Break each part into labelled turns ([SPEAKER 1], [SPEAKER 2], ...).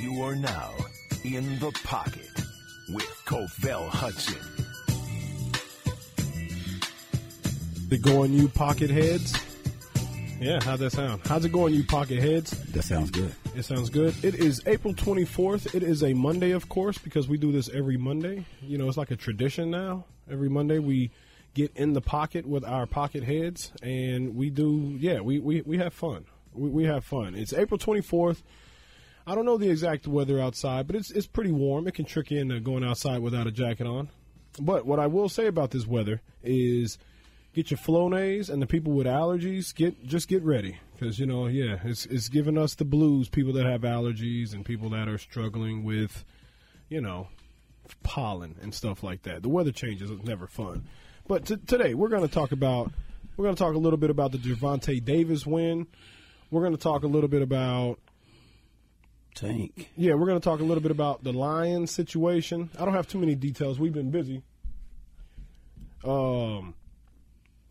[SPEAKER 1] You are now in the pocket with Covell Hudson.
[SPEAKER 2] The going you pocket heads. Yeah, how'd that sound? How's it going, you pocket heads?
[SPEAKER 3] That sounds good.
[SPEAKER 2] It sounds good. It is April 24th. It is a Monday, of course, because we do this every Monday. You know, it's like a tradition now. Every Monday we get in the pocket with our pocket heads and we do, yeah, we, we, we have fun. We, we have fun. It's April 24th. I don't know the exact weather outside, but it's, it's pretty warm. It can trick you into going outside without a jacket on. But what I will say about this weather is get your Flonase and the people with allergies get just get ready because you know yeah it's it's giving us the blues people that have allergies and people that are struggling with you know pollen and stuff like that the weather changes is never fun but t- today we're going to talk about we're going to talk a little bit about the Javante Davis win we're going to talk a little bit about
[SPEAKER 3] Tank.
[SPEAKER 2] yeah we're going to talk a little bit about the Lions situation I don't have too many details we've been busy um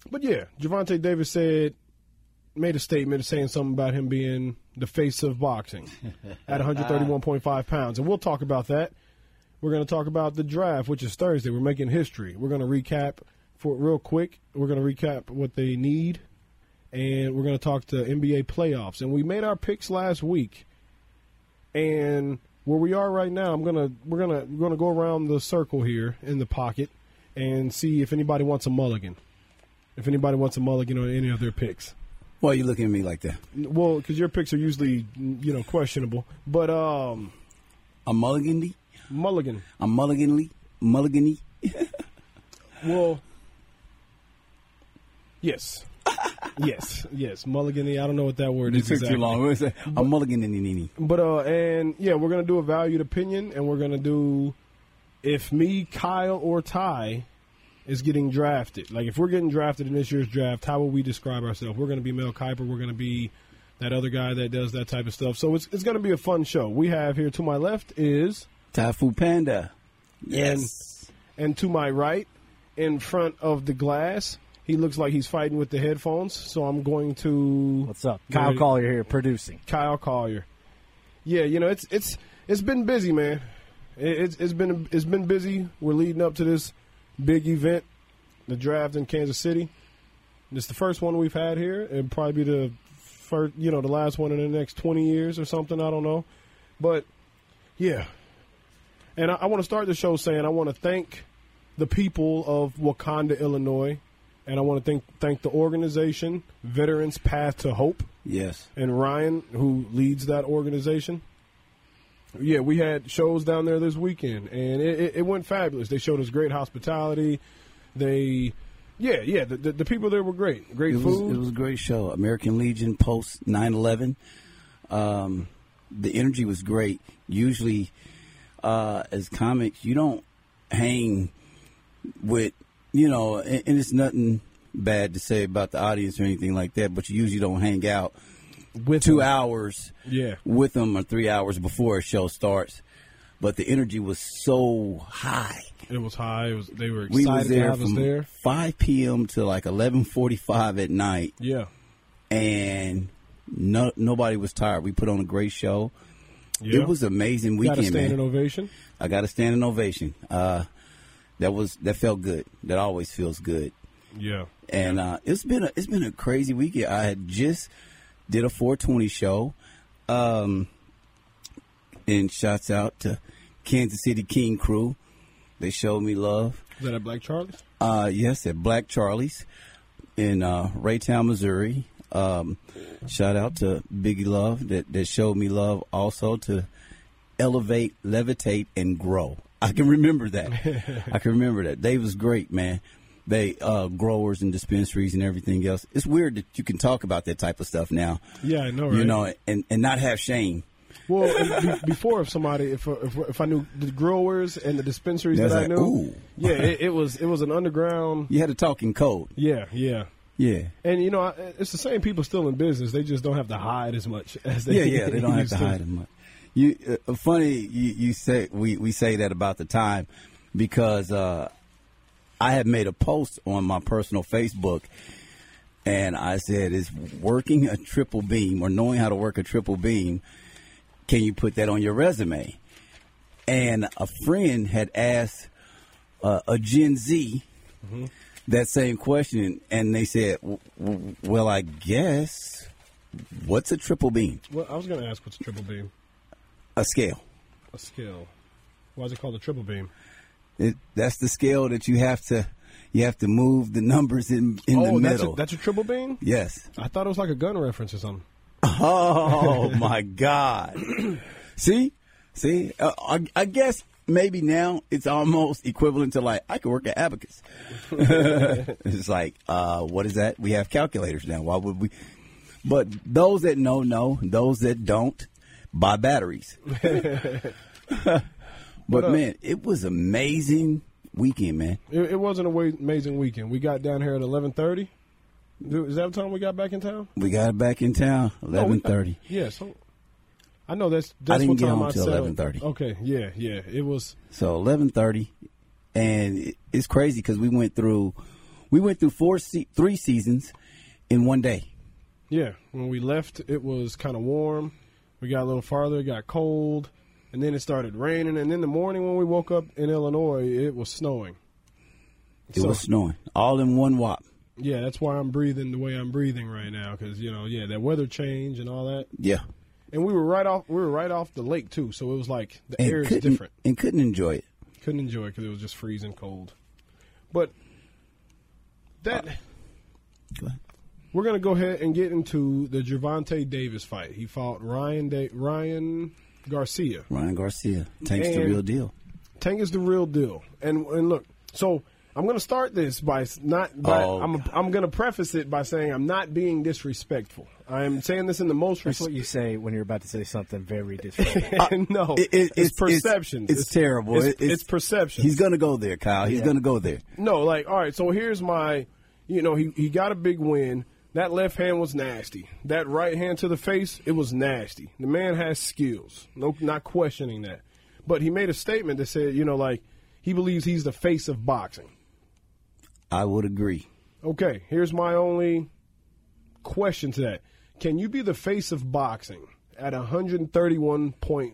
[SPEAKER 2] but yeah, Javante Davis said made a statement saying something about him being the face of boxing at 131.5 pounds, and we'll talk about that. We're going to talk about the draft, which is Thursday. We're making history. We're going to recap for real quick. We're going to recap what they need, and we're going to talk to NBA playoffs. And we made our picks last week, and where we are right now, I'm gonna we're gonna we're gonna go around the circle here in the pocket and see if anybody wants a mulligan if anybody wants a mulligan on any of their picks.
[SPEAKER 3] Why are you looking at me like that?
[SPEAKER 2] Well, because your picks are usually, you know, questionable. But um,
[SPEAKER 3] A mulligan
[SPEAKER 2] mulligan.
[SPEAKER 3] A mulligan mulligan
[SPEAKER 2] Well, yes, yes, yes. Mulligan. I don't know what that word
[SPEAKER 3] It
[SPEAKER 2] is.
[SPEAKER 3] took too
[SPEAKER 2] exactly.
[SPEAKER 3] long. What was that? A mulligan
[SPEAKER 2] But uh, and yeah, we're gonna do a valued opinion, and we're gonna do if me, Kyle, or Ty is getting drafted. Like if we're getting drafted in this year's draft, how will we describe ourselves? We're gonna be Mel Kiper. We're gonna be that other guy that does that type of stuff. So it's it's gonna be a fun show. We have here to my left is
[SPEAKER 3] Typhoon Panda.
[SPEAKER 2] and to my right, in front of the glass. He looks like he's fighting with the headphones, so I'm going to
[SPEAKER 4] What's up? Kyle
[SPEAKER 2] Yeah.
[SPEAKER 4] Collier here, producing.
[SPEAKER 2] Kyle Collier. Yeah, you know it's it's it's been busy, man. It, it's it's been it's been busy. We're leading up to this big event, the draft in Kansas City. It's the first one we've had here, and probably be the first, you know, the last one in the next twenty years or something. I don't know, but yeah. And I, I want to start the show saying I want to thank the people of Wakanda, Illinois, and I want to thank thank the organization, Veterans Path to Hope
[SPEAKER 3] Yes.
[SPEAKER 2] and Ryan, who leads that organization. Yeah, we had shows down there this weekend, and it, it, it went fabulous. They showed us great hospitality. They, yeah, yeah, the, the, the people there were great. Great
[SPEAKER 3] It was,
[SPEAKER 2] food.
[SPEAKER 3] it was a great show. American Legion post 9 11. Um, the energy was great. Usually, uh, as comics, you don't hang with, you know, and, and it's nothing bad to say about the audience or anything like that, but you usually don't hang out
[SPEAKER 2] With
[SPEAKER 3] two hours
[SPEAKER 2] Yeah.
[SPEAKER 3] with them or three hours before a show starts. But the energy was so high.
[SPEAKER 2] It was high. It was, they were
[SPEAKER 3] We
[SPEAKER 2] excited
[SPEAKER 3] was there
[SPEAKER 2] to have us
[SPEAKER 3] from
[SPEAKER 2] there.
[SPEAKER 3] 5 p.m. to like 11:45 at night,
[SPEAKER 2] Yeah,
[SPEAKER 3] and no, nobody was tired. We put on a great show.
[SPEAKER 2] yeah.
[SPEAKER 3] It was an amazing
[SPEAKER 2] got a
[SPEAKER 3] weekend,
[SPEAKER 2] standing
[SPEAKER 3] man.
[SPEAKER 2] ovation.
[SPEAKER 3] I got a standing ovation. Uh, that was that felt good. That always feels good.
[SPEAKER 2] Yeah,
[SPEAKER 3] and uh, it's been a, it's been a crazy weekend. I had just did a 420 show, um, and shouts out to Kansas City King Crew. They showed me love.
[SPEAKER 2] is that at Black Charlie's?
[SPEAKER 3] Uh, yes, at Black Charlie's in uh, Raytown, Missouri. Um, shout out to Biggie Love that, that showed me love. Also to Elevate, Levitate, and Grow. I can remember that. I can remember that. They was great, man. They uh, growers and dispensaries and everything else. It's weird that you can talk about that type of stuff now,
[SPEAKER 2] Yeah, I know. Right?
[SPEAKER 3] you know, and, and not have shame.
[SPEAKER 2] Well, and be- before if somebody if, if if I knew the growers and the dispensaries
[SPEAKER 3] That's
[SPEAKER 2] that I
[SPEAKER 3] like,
[SPEAKER 2] knew,
[SPEAKER 3] ooh.
[SPEAKER 2] yeah, it, it was it was an underground.
[SPEAKER 3] You had to talk in code.
[SPEAKER 2] Yeah, yeah.
[SPEAKER 3] Yeah.
[SPEAKER 2] And you know, I- it's the same people still in business. They just don't have to hide as much as they.
[SPEAKER 3] yeah, yeah, they don't have
[SPEAKER 2] used
[SPEAKER 3] to hide them. much. You uh, funny you, you say we, we say that about the time because uh, I had made a post on my personal Facebook and I said is working a triple beam or knowing how to work a triple beam Can you put that on your resume? And a friend had asked uh, a Gen Z Mm-hmm. that same question, and they said, "W- w- "Well, I guess what's a triple beam?
[SPEAKER 2] Well, I was going to ask what's a triple beam?
[SPEAKER 3] A scale.
[SPEAKER 2] A skill. Why is it called a triple beam?
[SPEAKER 3] It, that's the scale that you have to you have to move the numbers in in
[SPEAKER 2] oh, that's a,
[SPEAKER 3] the middle.
[SPEAKER 2] that's a triple beam?
[SPEAKER 3] yes.
[SPEAKER 2] I thought it was like a gun reference or something.
[SPEAKER 3] Oh my God! See, see, uh, I, I guess maybe now it's almost equivalent to like I could work at Abacus. it's like, uh, what is that? We have calculators now. Why would we? But those that know know. Those that don't, buy batteries. but man, it was amazing weekend, man.
[SPEAKER 2] It, it wasn't an wa- amazing weekend. We got down here at 11.30. Is that the time we got back in town?
[SPEAKER 3] We got back in town
[SPEAKER 2] Oh,
[SPEAKER 3] eleven thirty.
[SPEAKER 2] Yeah, so I know that's that's
[SPEAKER 3] didn't
[SPEAKER 2] what
[SPEAKER 3] get
[SPEAKER 2] time
[SPEAKER 3] home
[SPEAKER 2] I
[SPEAKER 3] till
[SPEAKER 2] said-
[SPEAKER 3] 11:30.
[SPEAKER 2] Okay, yeah, yeah. It was
[SPEAKER 3] So eleven thirty, and it- it's crazy because we went through, we went through four, se- three seasons in one day.
[SPEAKER 2] yeah. When we left, it was kind of warm. We got a little farther, it got cold, and then it started raining. And then the morning when we woke up in Illinois, it was snowing.
[SPEAKER 3] It was snowing all in one wop.
[SPEAKER 2] Yeah, that's why I'm breathing the way I'm breathing right now because you know, yeah, that weather change and all that.
[SPEAKER 3] Yeah,
[SPEAKER 2] And we were right off, we were right off the lake too, so it was like the
[SPEAKER 3] and
[SPEAKER 2] air is
[SPEAKER 3] couldn't
[SPEAKER 2] different.
[SPEAKER 3] and couldn't enjoy it.
[SPEAKER 2] couldn't enjoy it because it was just freezing cold. But that
[SPEAKER 3] Uh, Go ahead.
[SPEAKER 2] we're gonna go ahead and get into the Javante Davis fight. He fought Ryan da- Ryan Garcia.
[SPEAKER 3] Ryan Garcia tanks the
[SPEAKER 2] And-
[SPEAKER 3] real deal.
[SPEAKER 2] Tank is the real deal. And and look, so I'm gonna start this by s- not. By,
[SPEAKER 3] Oh,
[SPEAKER 2] I'm I'm gonna preface it by saying I'm not being disrespectful. I am saying this in the most
[SPEAKER 4] That's what
[SPEAKER 2] respect.
[SPEAKER 4] you say when you're about to say something very disrespectful.
[SPEAKER 2] no,
[SPEAKER 3] It- it-
[SPEAKER 2] it's, perceptions.
[SPEAKER 3] It's, terrible.
[SPEAKER 2] It's,
[SPEAKER 3] It-
[SPEAKER 2] it's perceptions.
[SPEAKER 3] He's gonna go there, Kyle. He's gonna go there.
[SPEAKER 2] No, like, all right, so here's my, you know, he, he got a big win. That left hand was nasty. That right hand to the face, it was nasty. The man has skills. No, not questioning that. But he made a statement that said, you know, like, he believes he's the face of boxing.
[SPEAKER 3] I would agree.
[SPEAKER 2] Okay, here's my only question to that. Can you be the face of boxing at 131 point,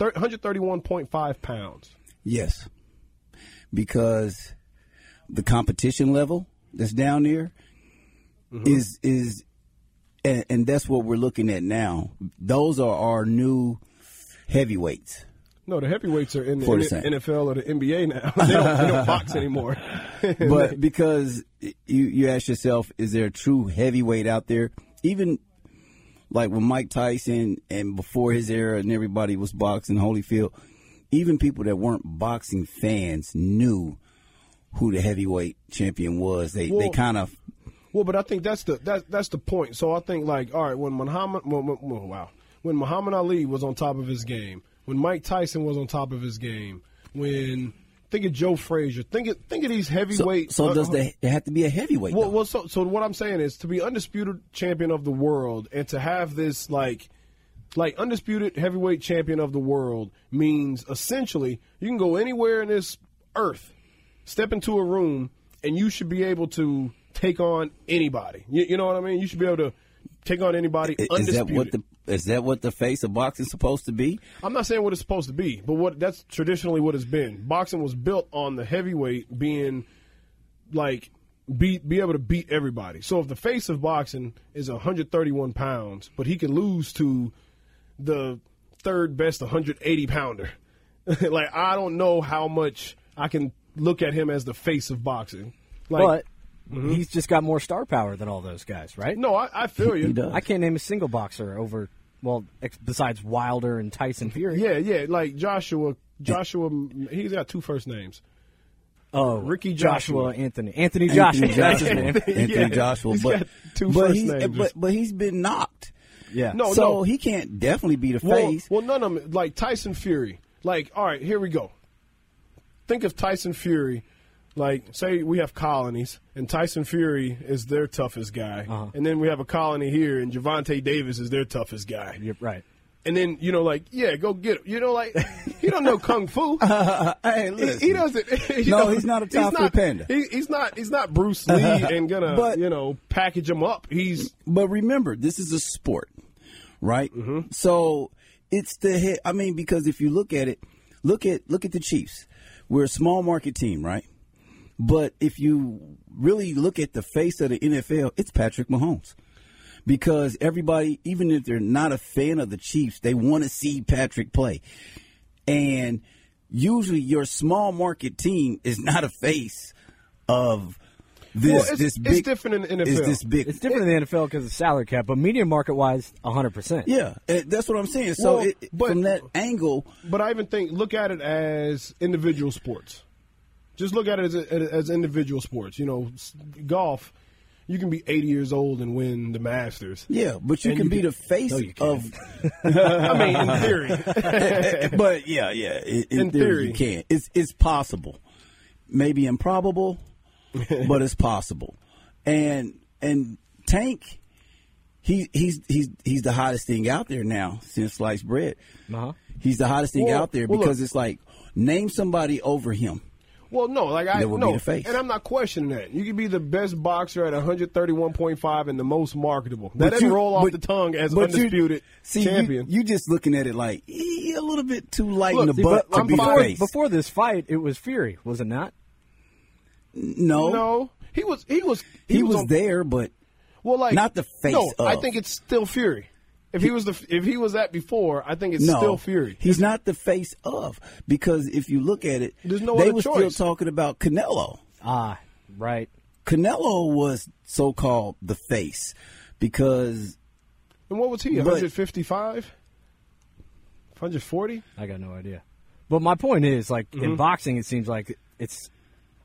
[SPEAKER 2] thir- 131.5 pounds?
[SPEAKER 3] Yes, because the competition level that's down there is is and, and that's what we're looking at now. Those are our new heavyweights.
[SPEAKER 2] No, the heavyweights are in the
[SPEAKER 3] 40%.
[SPEAKER 2] NFL or the NBA now. they, don't, they don't box anymore.
[SPEAKER 3] But because you you ask yourself, is there a true heavyweight out there? Even like when Mike Tyson and before his era, and everybody was boxing Holyfield. Even people that weren't boxing fans knew who the heavyweight champion was. They they
[SPEAKER 2] Well-
[SPEAKER 3] kind of
[SPEAKER 2] Well, but I think that's the that, that's the point. So I think like all right, when Muhammad, when, when- when- wow, when Muhammad Ali was on top of his game, when Mike Tyson was on top of his game, when think of Joe Frazier, think of think of these
[SPEAKER 3] So,
[SPEAKER 2] heavyweight.
[SPEAKER 3] so does
[SPEAKER 2] uh,
[SPEAKER 3] they, they have to be a heavyweight?
[SPEAKER 2] Well,
[SPEAKER 3] though?
[SPEAKER 2] well so, so what I'm saying is to be undisputed champion of the world and to have this like like undisputed heavyweight champion of the world means essentially you can go anywhere in this earth, step into a room, and you should be able to take on anybody. You, you know what I mean? You should be able to take on anybody
[SPEAKER 3] I- is
[SPEAKER 2] undisputed.
[SPEAKER 3] that what the is that what the face of boxing is supposed to be?
[SPEAKER 2] I'm not saying what it's supposed to be, but what that's traditionally what it's been. Boxing was built on the heavyweight being like beat be able to beat everybody. So if the face of boxing is 131 pounds, but he can lose to the third best 180 pounder. like I don't know how much I can look at him as the face of boxing. Like
[SPEAKER 4] but he's just got more star power than all those guys, right?
[SPEAKER 2] no, I, I feel you.
[SPEAKER 3] He does.
[SPEAKER 4] I can't name a single boxer over, well, ex- besides Wilder and Tyson Fury.
[SPEAKER 2] Yeah, yeah, like Joshua Joshua he's got two first names.
[SPEAKER 4] Oh,
[SPEAKER 2] Ricky Joshua.
[SPEAKER 4] Anthony. Anthony Joshua.
[SPEAKER 3] Anthony Joshua,
[SPEAKER 4] Anthony.
[SPEAKER 3] Anthony
[SPEAKER 2] Yeah.
[SPEAKER 3] Joshua,
[SPEAKER 2] He's
[SPEAKER 3] but
[SPEAKER 2] got two
[SPEAKER 3] but
[SPEAKER 2] first
[SPEAKER 3] he's
[SPEAKER 2] names.
[SPEAKER 3] but, but he's been knocked,
[SPEAKER 4] yeah.
[SPEAKER 2] No,
[SPEAKER 3] so
[SPEAKER 2] no.
[SPEAKER 3] he can't definitely be the
[SPEAKER 2] Well,
[SPEAKER 3] face.
[SPEAKER 2] well, none of them. Like Tyson Fury. Like, all right, here we go. Think of Tyson Fury. Like, say we have colonies, and Tyson Fury is their toughest guy,
[SPEAKER 3] Uh-huh.
[SPEAKER 2] and then we have a colony here, and Javante Davis is their toughest guy,
[SPEAKER 4] You're right.
[SPEAKER 2] and then you know, like, yeah, go get him. You know, like, he don't know kung fu.
[SPEAKER 3] Hey,
[SPEAKER 2] He,
[SPEAKER 3] listen.
[SPEAKER 2] he doesn't. you
[SPEAKER 3] No,
[SPEAKER 2] know,
[SPEAKER 3] he's not a Kung Fu
[SPEAKER 2] not-
[SPEAKER 3] Panda.
[SPEAKER 2] He, he's not. He's not Bruce Lee and gonna
[SPEAKER 3] But-
[SPEAKER 2] you know package him up. He's Mm-hmm.
[SPEAKER 3] But remember, this is a sport, right? So It's the head. I mean, because if you look at it, look at look at the Chiefs. We're a small market team, right? But if you really look at the face of the NFL, it's Patrick Mahomes. Because everybody, even if they're not a fan of the Chiefs, they want to see Patrick play. And usually your small market team is not a face of this
[SPEAKER 2] Well, it's-
[SPEAKER 3] this
[SPEAKER 2] it's
[SPEAKER 3] big
[SPEAKER 2] different in the
[SPEAKER 3] is
[SPEAKER 2] NFL.
[SPEAKER 3] this big
[SPEAKER 4] It's different in the NFL because of salary cap, but media market wise, 100%.
[SPEAKER 3] Yeah, eh, that's what I'm saying. So
[SPEAKER 2] Well,
[SPEAKER 3] it,
[SPEAKER 2] but-
[SPEAKER 3] from that angle,
[SPEAKER 2] But I even think look at it as individual sports. Just look at it as as individual sports. You know, s- golf. You can be 80 years old and win the Masters.
[SPEAKER 3] yeah, but you
[SPEAKER 2] And
[SPEAKER 3] can
[SPEAKER 2] you
[SPEAKER 3] be
[SPEAKER 2] can-
[SPEAKER 3] the face
[SPEAKER 2] No, you
[SPEAKER 3] of. eh,
[SPEAKER 2] can't. I mean, in theory.
[SPEAKER 3] but yeah, yeah, in, in
[SPEAKER 2] In
[SPEAKER 3] theory,
[SPEAKER 2] theory.
[SPEAKER 3] you can. It's it's possible, maybe improbable, but it's possible. And and Tank, he he's he's he's the hottest thing out there now since sliced bread.
[SPEAKER 4] Uh-huh.
[SPEAKER 3] He's the hottest thing
[SPEAKER 2] Well,
[SPEAKER 3] out there
[SPEAKER 2] well, look.
[SPEAKER 3] because it's like name somebody over him.
[SPEAKER 2] Well, no, like I
[SPEAKER 3] There will be
[SPEAKER 2] no,
[SPEAKER 3] the face.
[SPEAKER 2] and I'm not questioning that. You can be the best boxer at 131.5 and the most marketable. That
[SPEAKER 3] But
[SPEAKER 2] doesn't
[SPEAKER 3] you-
[SPEAKER 2] roll off
[SPEAKER 3] but-
[SPEAKER 2] the tongue as
[SPEAKER 3] but you-
[SPEAKER 2] undisputed
[SPEAKER 3] see, you-
[SPEAKER 2] champion.
[SPEAKER 3] You, just looking at it like "Eh, a little bit too light
[SPEAKER 2] Look,
[SPEAKER 3] in the
[SPEAKER 2] see,
[SPEAKER 3] butt
[SPEAKER 2] but
[SPEAKER 3] to
[SPEAKER 2] I'm
[SPEAKER 3] be the
[SPEAKER 2] fine-
[SPEAKER 4] Before,
[SPEAKER 3] face.
[SPEAKER 4] before this fight, it was Fury, was it not?
[SPEAKER 2] no, he was he was
[SPEAKER 3] He, was,
[SPEAKER 2] on-
[SPEAKER 3] there, but
[SPEAKER 2] Well, like
[SPEAKER 3] Not the face
[SPEAKER 2] No, I
[SPEAKER 3] of.
[SPEAKER 2] think it's still Fury. If he was the if he was that before, I think it's
[SPEAKER 3] no,
[SPEAKER 2] still Fury.
[SPEAKER 3] He's not the face of because if you look at it,
[SPEAKER 2] There's no
[SPEAKER 3] they
[SPEAKER 2] other
[SPEAKER 3] were still
[SPEAKER 2] choice.
[SPEAKER 3] talking about Canelo.
[SPEAKER 4] Ah, right.
[SPEAKER 3] Canelo was so called the face because
[SPEAKER 2] And what was he?
[SPEAKER 3] But-
[SPEAKER 2] 155, 140.
[SPEAKER 4] I got no idea. But my point is, like in boxing, it seems like it's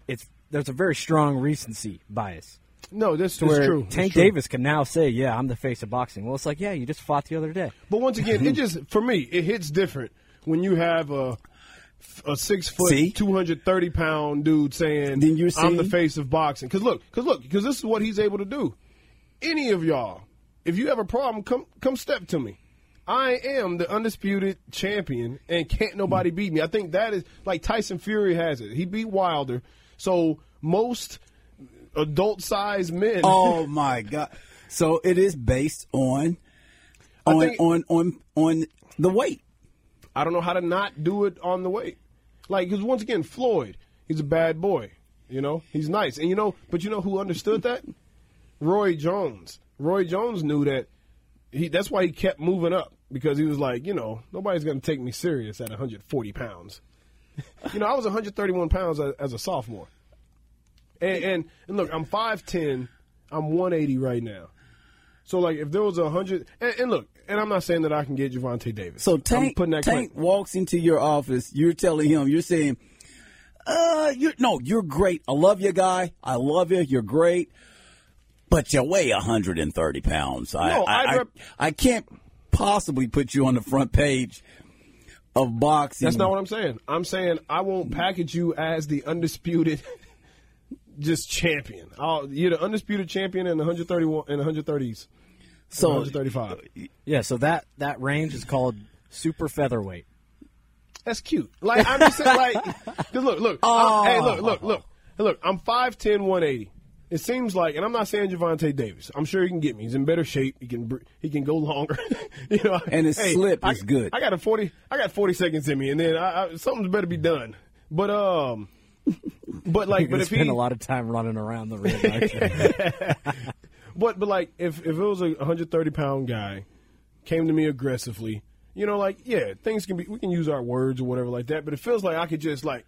[SPEAKER 4] it's there's a very strong recency bias.
[SPEAKER 2] No, this is
[SPEAKER 4] to where
[SPEAKER 2] true. It's
[SPEAKER 4] Tank
[SPEAKER 2] true.
[SPEAKER 4] Davis can now say, "Yeah, I'm the face of boxing." Well, it's like, yeah, you just fought the other day.
[SPEAKER 2] But once again, it just for me, it hits different when you have a a six
[SPEAKER 3] See?
[SPEAKER 2] foot, two hundred thirty pound dude saying,
[SPEAKER 3] Then you're
[SPEAKER 2] "I'm the
[SPEAKER 3] seeing-
[SPEAKER 2] face of boxing." Because look, because look, because this is what he's able to do. Any of y'all, if you have a problem, come come step to me. I am the undisputed champion, and can't nobody
[SPEAKER 3] Mm.
[SPEAKER 2] beat me. I think that is like Tyson Fury has it. He beat Wilder, so most adult sized men.
[SPEAKER 3] oh my god! So it is based on on
[SPEAKER 2] think-
[SPEAKER 3] on on on the weight.
[SPEAKER 2] I don't know how to not do it on the weight. Like, because once again, Floyd, he's a bad boy. You know, he's nice. And you know, but you know who understood that? Roy Jones. Roy Jones knew that. He, that's why he kept moving up because he was like, you know, nobody's going to take me serious at 140 pounds. you know, I was 131 pounds as, as a sophomore. And, and, and look, I'm 5'10, I'm 180 right now. So, like, if there was a 100, and, and look, and I'm not saying that I can get Javante Davis.
[SPEAKER 3] So
[SPEAKER 2] I'm
[SPEAKER 3] Tank,
[SPEAKER 2] putting that claim-
[SPEAKER 3] Tank walks into your office. You're telling him, you're saying, uh, you're, no, you're great. I love you, guy. I love you. You're great. But you weigh 130 pounds. I,
[SPEAKER 2] No,
[SPEAKER 3] I,
[SPEAKER 2] I
[SPEAKER 3] I,
[SPEAKER 2] rep-
[SPEAKER 3] I can't possibly put you on the front page of boxing.
[SPEAKER 2] That's not what I'm saying. I'm saying I won't package you as the undisputed, just champion. I'll, you're the undisputed champion in the 131 and 130s,
[SPEAKER 3] so,
[SPEAKER 2] 135.
[SPEAKER 4] Yeah, so that that range is called super featherweight.
[SPEAKER 2] That's cute. Like I'm just saying, like, 'cause look, look,
[SPEAKER 3] Oh.
[SPEAKER 2] I'm- hey, look, look, look, Hey, look. I'm 5'10", 180. It seems like, and I'm not saying Javante Davis. I'm sure he can get me. He's in better shape. He can br- he can go longer. you know,
[SPEAKER 3] And his
[SPEAKER 2] hey,
[SPEAKER 3] slip
[SPEAKER 2] I,
[SPEAKER 3] is good.
[SPEAKER 2] I got a forty. I got forty seconds in me, and then I, I, something's better be done. But um, but like, but
[SPEAKER 4] You're gonna
[SPEAKER 2] if
[SPEAKER 4] spend
[SPEAKER 2] he
[SPEAKER 4] a lot of time running around the ring. aren't you?
[SPEAKER 2] But but like if if it was a 130 pound guy came to me aggressively, you know, like yeah, things can be we can use our words or whatever like that. But it feels like I could just like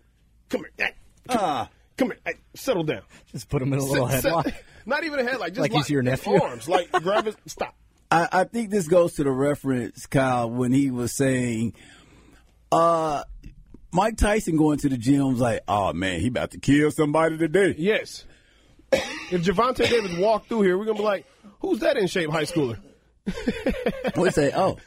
[SPEAKER 2] come here, hey, come,
[SPEAKER 3] Ah.
[SPEAKER 2] come here, hey, settle down.
[SPEAKER 4] just put him in a little
[SPEAKER 2] Set-
[SPEAKER 4] headlock.
[SPEAKER 2] not even a headlock, just
[SPEAKER 4] Like he's your
[SPEAKER 2] his
[SPEAKER 4] nephew?
[SPEAKER 2] Arms like grab his stop.
[SPEAKER 3] I, I think this goes to the reference, Kyle, when he was saying, uh, Mike Tyson going to the gym was like, oh man, he about to kill somebody today.
[SPEAKER 2] Yes. If Javante Davis walked through here, we're gonna be like, who's that in shape high schooler?
[SPEAKER 3] We say, oh,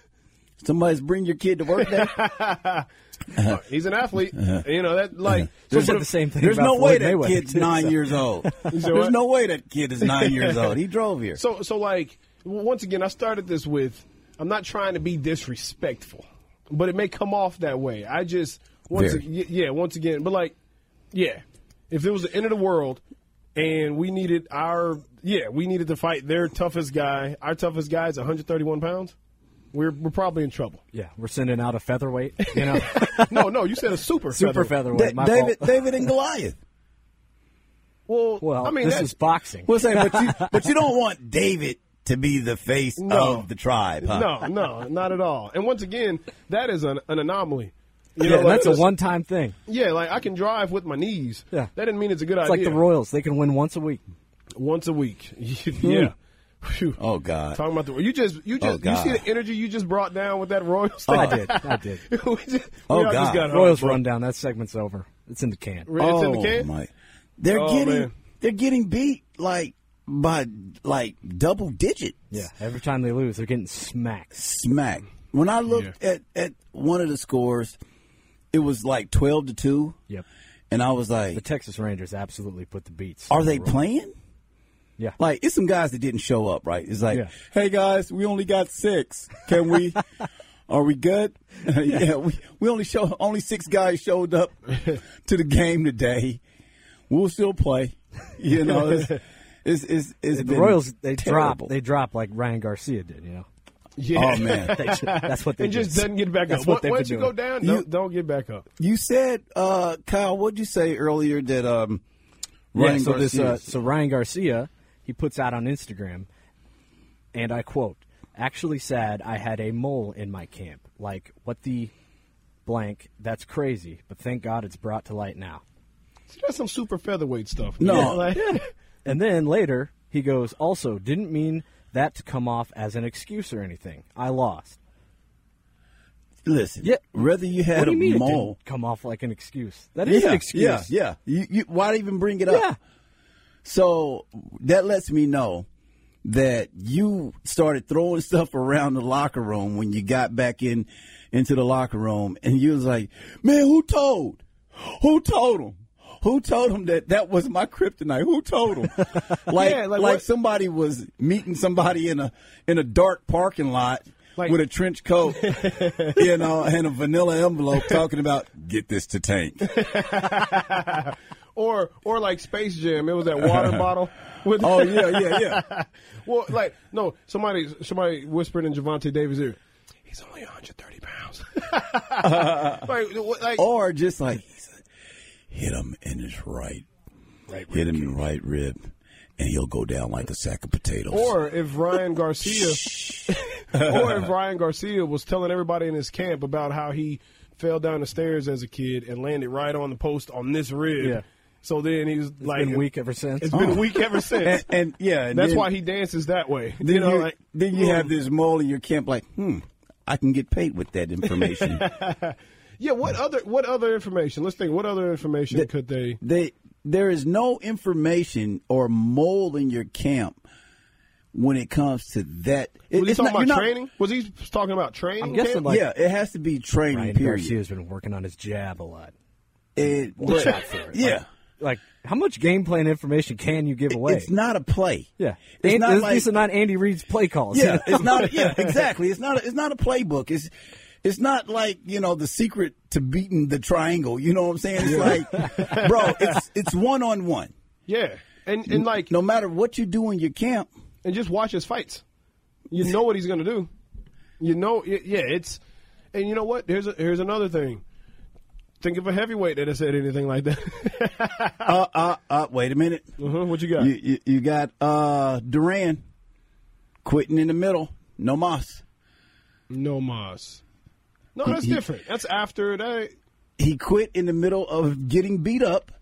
[SPEAKER 3] somebody's bring your kid to work now.
[SPEAKER 4] Uh-huh.
[SPEAKER 2] He's an athlete. You know that like
[SPEAKER 4] They
[SPEAKER 2] so
[SPEAKER 4] said
[SPEAKER 2] for
[SPEAKER 4] the same thing.
[SPEAKER 3] There's
[SPEAKER 4] about
[SPEAKER 3] no way
[SPEAKER 4] Floyd
[SPEAKER 3] that
[SPEAKER 4] Mayweather,
[SPEAKER 3] kid's
[SPEAKER 4] too,
[SPEAKER 3] nine
[SPEAKER 4] so-
[SPEAKER 3] years old.
[SPEAKER 2] said
[SPEAKER 3] There's
[SPEAKER 2] what?
[SPEAKER 3] no way that kid is nine years old. He drove here.
[SPEAKER 2] So so like w- once again, I started this with I'm not trying to be disrespectful, but it may come off that way. I just once
[SPEAKER 3] Very.
[SPEAKER 2] y- yeah, once again, but like yeah, if it was the end of the world and we needed our yeah, we needed to fight their toughest guy. Our toughest guy is 131 pounds. We're we're probably in trouble.
[SPEAKER 4] Yeah, we're sending out a featherweight. You know,
[SPEAKER 2] No, no, you said a super
[SPEAKER 4] super
[SPEAKER 2] featherweight.
[SPEAKER 4] featherweight.
[SPEAKER 3] Da-
[SPEAKER 4] my
[SPEAKER 3] David,
[SPEAKER 4] fault.
[SPEAKER 3] David and Goliath.
[SPEAKER 2] Well,
[SPEAKER 4] Well,
[SPEAKER 2] I mean,
[SPEAKER 4] this
[SPEAKER 2] that's,
[SPEAKER 4] is boxing.
[SPEAKER 3] We'll say, but you, but you don't want David to be the face
[SPEAKER 2] No.
[SPEAKER 3] of the tribe. Huh?
[SPEAKER 2] no, no, not at all. And once again, that is an, an anomaly. You
[SPEAKER 4] yeah,
[SPEAKER 2] know, like,
[SPEAKER 4] that's a
[SPEAKER 2] this-
[SPEAKER 4] one-time thing.
[SPEAKER 2] Yeah, like I can drive with my knees.
[SPEAKER 4] Yeah.
[SPEAKER 2] that didn't mean it's a good
[SPEAKER 4] It's like
[SPEAKER 2] idea.
[SPEAKER 4] the Royals; they can win once a week.
[SPEAKER 2] Once a week. yeah. Phew.
[SPEAKER 3] Oh God.
[SPEAKER 2] Talking about the you just you just you
[SPEAKER 3] God.
[SPEAKER 2] see the energy you just brought down with that Royals. Thing?
[SPEAKER 4] Oh, I did. I did.
[SPEAKER 2] we just, we
[SPEAKER 3] Oh,
[SPEAKER 2] all
[SPEAKER 3] God.
[SPEAKER 2] Just got
[SPEAKER 4] Royals run down. That segment's over. It's in the can.
[SPEAKER 2] It's in the
[SPEAKER 3] Oh,
[SPEAKER 2] can?
[SPEAKER 3] my. They're
[SPEAKER 2] Oh,
[SPEAKER 3] getting
[SPEAKER 2] man.
[SPEAKER 3] they're getting beat like by like double digit
[SPEAKER 4] Yeah. Every time they lose, they're getting smacked.
[SPEAKER 3] smack. When I looked at, at one of the scores, it was like twelve to two,
[SPEAKER 4] Yep.
[SPEAKER 3] and I was like,
[SPEAKER 4] The Texas Rangers absolutely put the beats.
[SPEAKER 3] "Are they playing?"
[SPEAKER 4] Yeah.
[SPEAKER 3] Like it's some guys that didn't show up, right? It's like,
[SPEAKER 4] Yeah.
[SPEAKER 3] "Hey guys, we only got six. Can we? are we good? yeah, we, we only show only six guys showed up to the game today. We'll still play. You know, it's it's, it's, it's
[SPEAKER 4] the
[SPEAKER 3] been
[SPEAKER 4] Royals they
[SPEAKER 3] terrible.
[SPEAKER 4] drop they drop like Ryan Garcia did. You know,
[SPEAKER 2] Yeah.
[SPEAKER 3] Oh man,
[SPEAKER 4] They ju- that's what they
[SPEAKER 2] It just
[SPEAKER 4] do.
[SPEAKER 2] doesn't get back
[SPEAKER 4] That's
[SPEAKER 2] up.
[SPEAKER 4] what they've
[SPEAKER 2] Once you
[SPEAKER 4] been
[SPEAKER 2] go
[SPEAKER 4] doing.
[SPEAKER 2] down,
[SPEAKER 3] You-
[SPEAKER 2] don't, don't get back up.
[SPEAKER 3] you said uh, Kyle. What'd you say earlier that um, Ryan
[SPEAKER 4] yeah, so this uh,
[SPEAKER 3] Garcia's-
[SPEAKER 4] so Ryan Garcia he puts out on Instagram, and I quote: "Actually, sad. I had a mole in my camp. Like what the blank? That's crazy. But thank God it's brought to light now."
[SPEAKER 2] See, that's some super featherweight stuff.
[SPEAKER 3] No.
[SPEAKER 2] Yeah, like-
[SPEAKER 4] And then later he goes, "Also, didn't mean that to come off as an excuse or anything. I lost."
[SPEAKER 3] listen?
[SPEAKER 4] Yeah.
[SPEAKER 3] whether you had
[SPEAKER 4] what do you
[SPEAKER 3] a
[SPEAKER 4] mean it
[SPEAKER 3] mole.
[SPEAKER 4] didn't come off like an excuse? That is an excuse.
[SPEAKER 3] Yeah, yeah. You, you, why even bring it up?
[SPEAKER 4] Yeah.
[SPEAKER 3] So that lets me know that you started throwing stuff around the locker room when you got back in into the locker room, and you was like, "Man, who told? Who told him? Who told him that that was my kryptonite? Who told him? like,
[SPEAKER 2] Yeah,
[SPEAKER 3] like,
[SPEAKER 2] like what-
[SPEAKER 3] somebody was meeting somebody in a in a dark parking lot."
[SPEAKER 2] Like-
[SPEAKER 3] with a trench coat, you know, and a vanilla envelope talking about get this to tank.
[SPEAKER 2] or or like Space Jam, it was that water bottle with
[SPEAKER 3] Oh yeah, yeah, yeah.
[SPEAKER 2] Well, like no, somebody somebody whispered in Javante Davis' ear. He's only 130 pounds. like, what- like
[SPEAKER 3] Or just like hit him in his right, hit him in the right rib, and he'll go down like a sack of potatoes.
[SPEAKER 2] or if Ryan Garcia, or if Ryan Garcia was telling everybody in his camp about how he fell down the stairs as a kid and landed right on the post on this rib.
[SPEAKER 4] Yeah.
[SPEAKER 2] So then he was like,
[SPEAKER 4] been weak ever since.
[SPEAKER 2] It's been weak ever since.
[SPEAKER 3] and, Oh. and yeah, and
[SPEAKER 2] That's
[SPEAKER 3] then-
[SPEAKER 2] why he dances that way.
[SPEAKER 3] Then
[SPEAKER 2] you know,
[SPEAKER 3] you,
[SPEAKER 2] like
[SPEAKER 3] then you have this mole in your camp, like hmm. I can get paid with that information.
[SPEAKER 2] yeah. What other what other information? Let's think. What other information
[SPEAKER 3] The-
[SPEAKER 2] could they?
[SPEAKER 3] they, there is no information or mole in your camp when it comes to that. It-
[SPEAKER 2] Was he
[SPEAKER 3] it's
[SPEAKER 2] talking
[SPEAKER 3] not- you're
[SPEAKER 2] about
[SPEAKER 3] not-
[SPEAKER 2] training? was he talking about training?
[SPEAKER 4] I'm guessing,
[SPEAKER 2] camp?
[SPEAKER 4] like-
[SPEAKER 3] yeah, it has to be training.
[SPEAKER 4] Ryan
[SPEAKER 3] period.
[SPEAKER 4] Garcia's been working on his jab a lot.
[SPEAKER 3] It-
[SPEAKER 4] Watch
[SPEAKER 3] but-
[SPEAKER 4] out for it.
[SPEAKER 3] Yeah.
[SPEAKER 4] Like, like, how much game plan information can you give away?
[SPEAKER 3] It's not a play.
[SPEAKER 4] yeah.
[SPEAKER 3] It's
[SPEAKER 4] And-
[SPEAKER 3] not
[SPEAKER 4] these-
[SPEAKER 3] like-
[SPEAKER 4] these are not Andy Reid's play calls.
[SPEAKER 3] Yeah, it's not. Yeah, exactly. It's not. A, it's not a playbook. It's it's not like you know the secret to beating the triangle. You know what I'm saying? It's like, bro, it's it's one on one.
[SPEAKER 2] yeah, and and like
[SPEAKER 3] No matter what you do in your camp,
[SPEAKER 2] and just watch his fights. You know what he's going to do. You know, y- yeah, it's. And you know what? Here's a, here's another thing. Think of a heavyweight that has said anything like that.
[SPEAKER 3] uh, uh, uh wait a minute.
[SPEAKER 2] uh what you got?
[SPEAKER 3] You, you you got uh Duran quitting in the middle. No mas.
[SPEAKER 2] No Moss. No, that's
[SPEAKER 3] he-
[SPEAKER 2] different. That's after that.
[SPEAKER 3] He quit in the middle of getting beat up.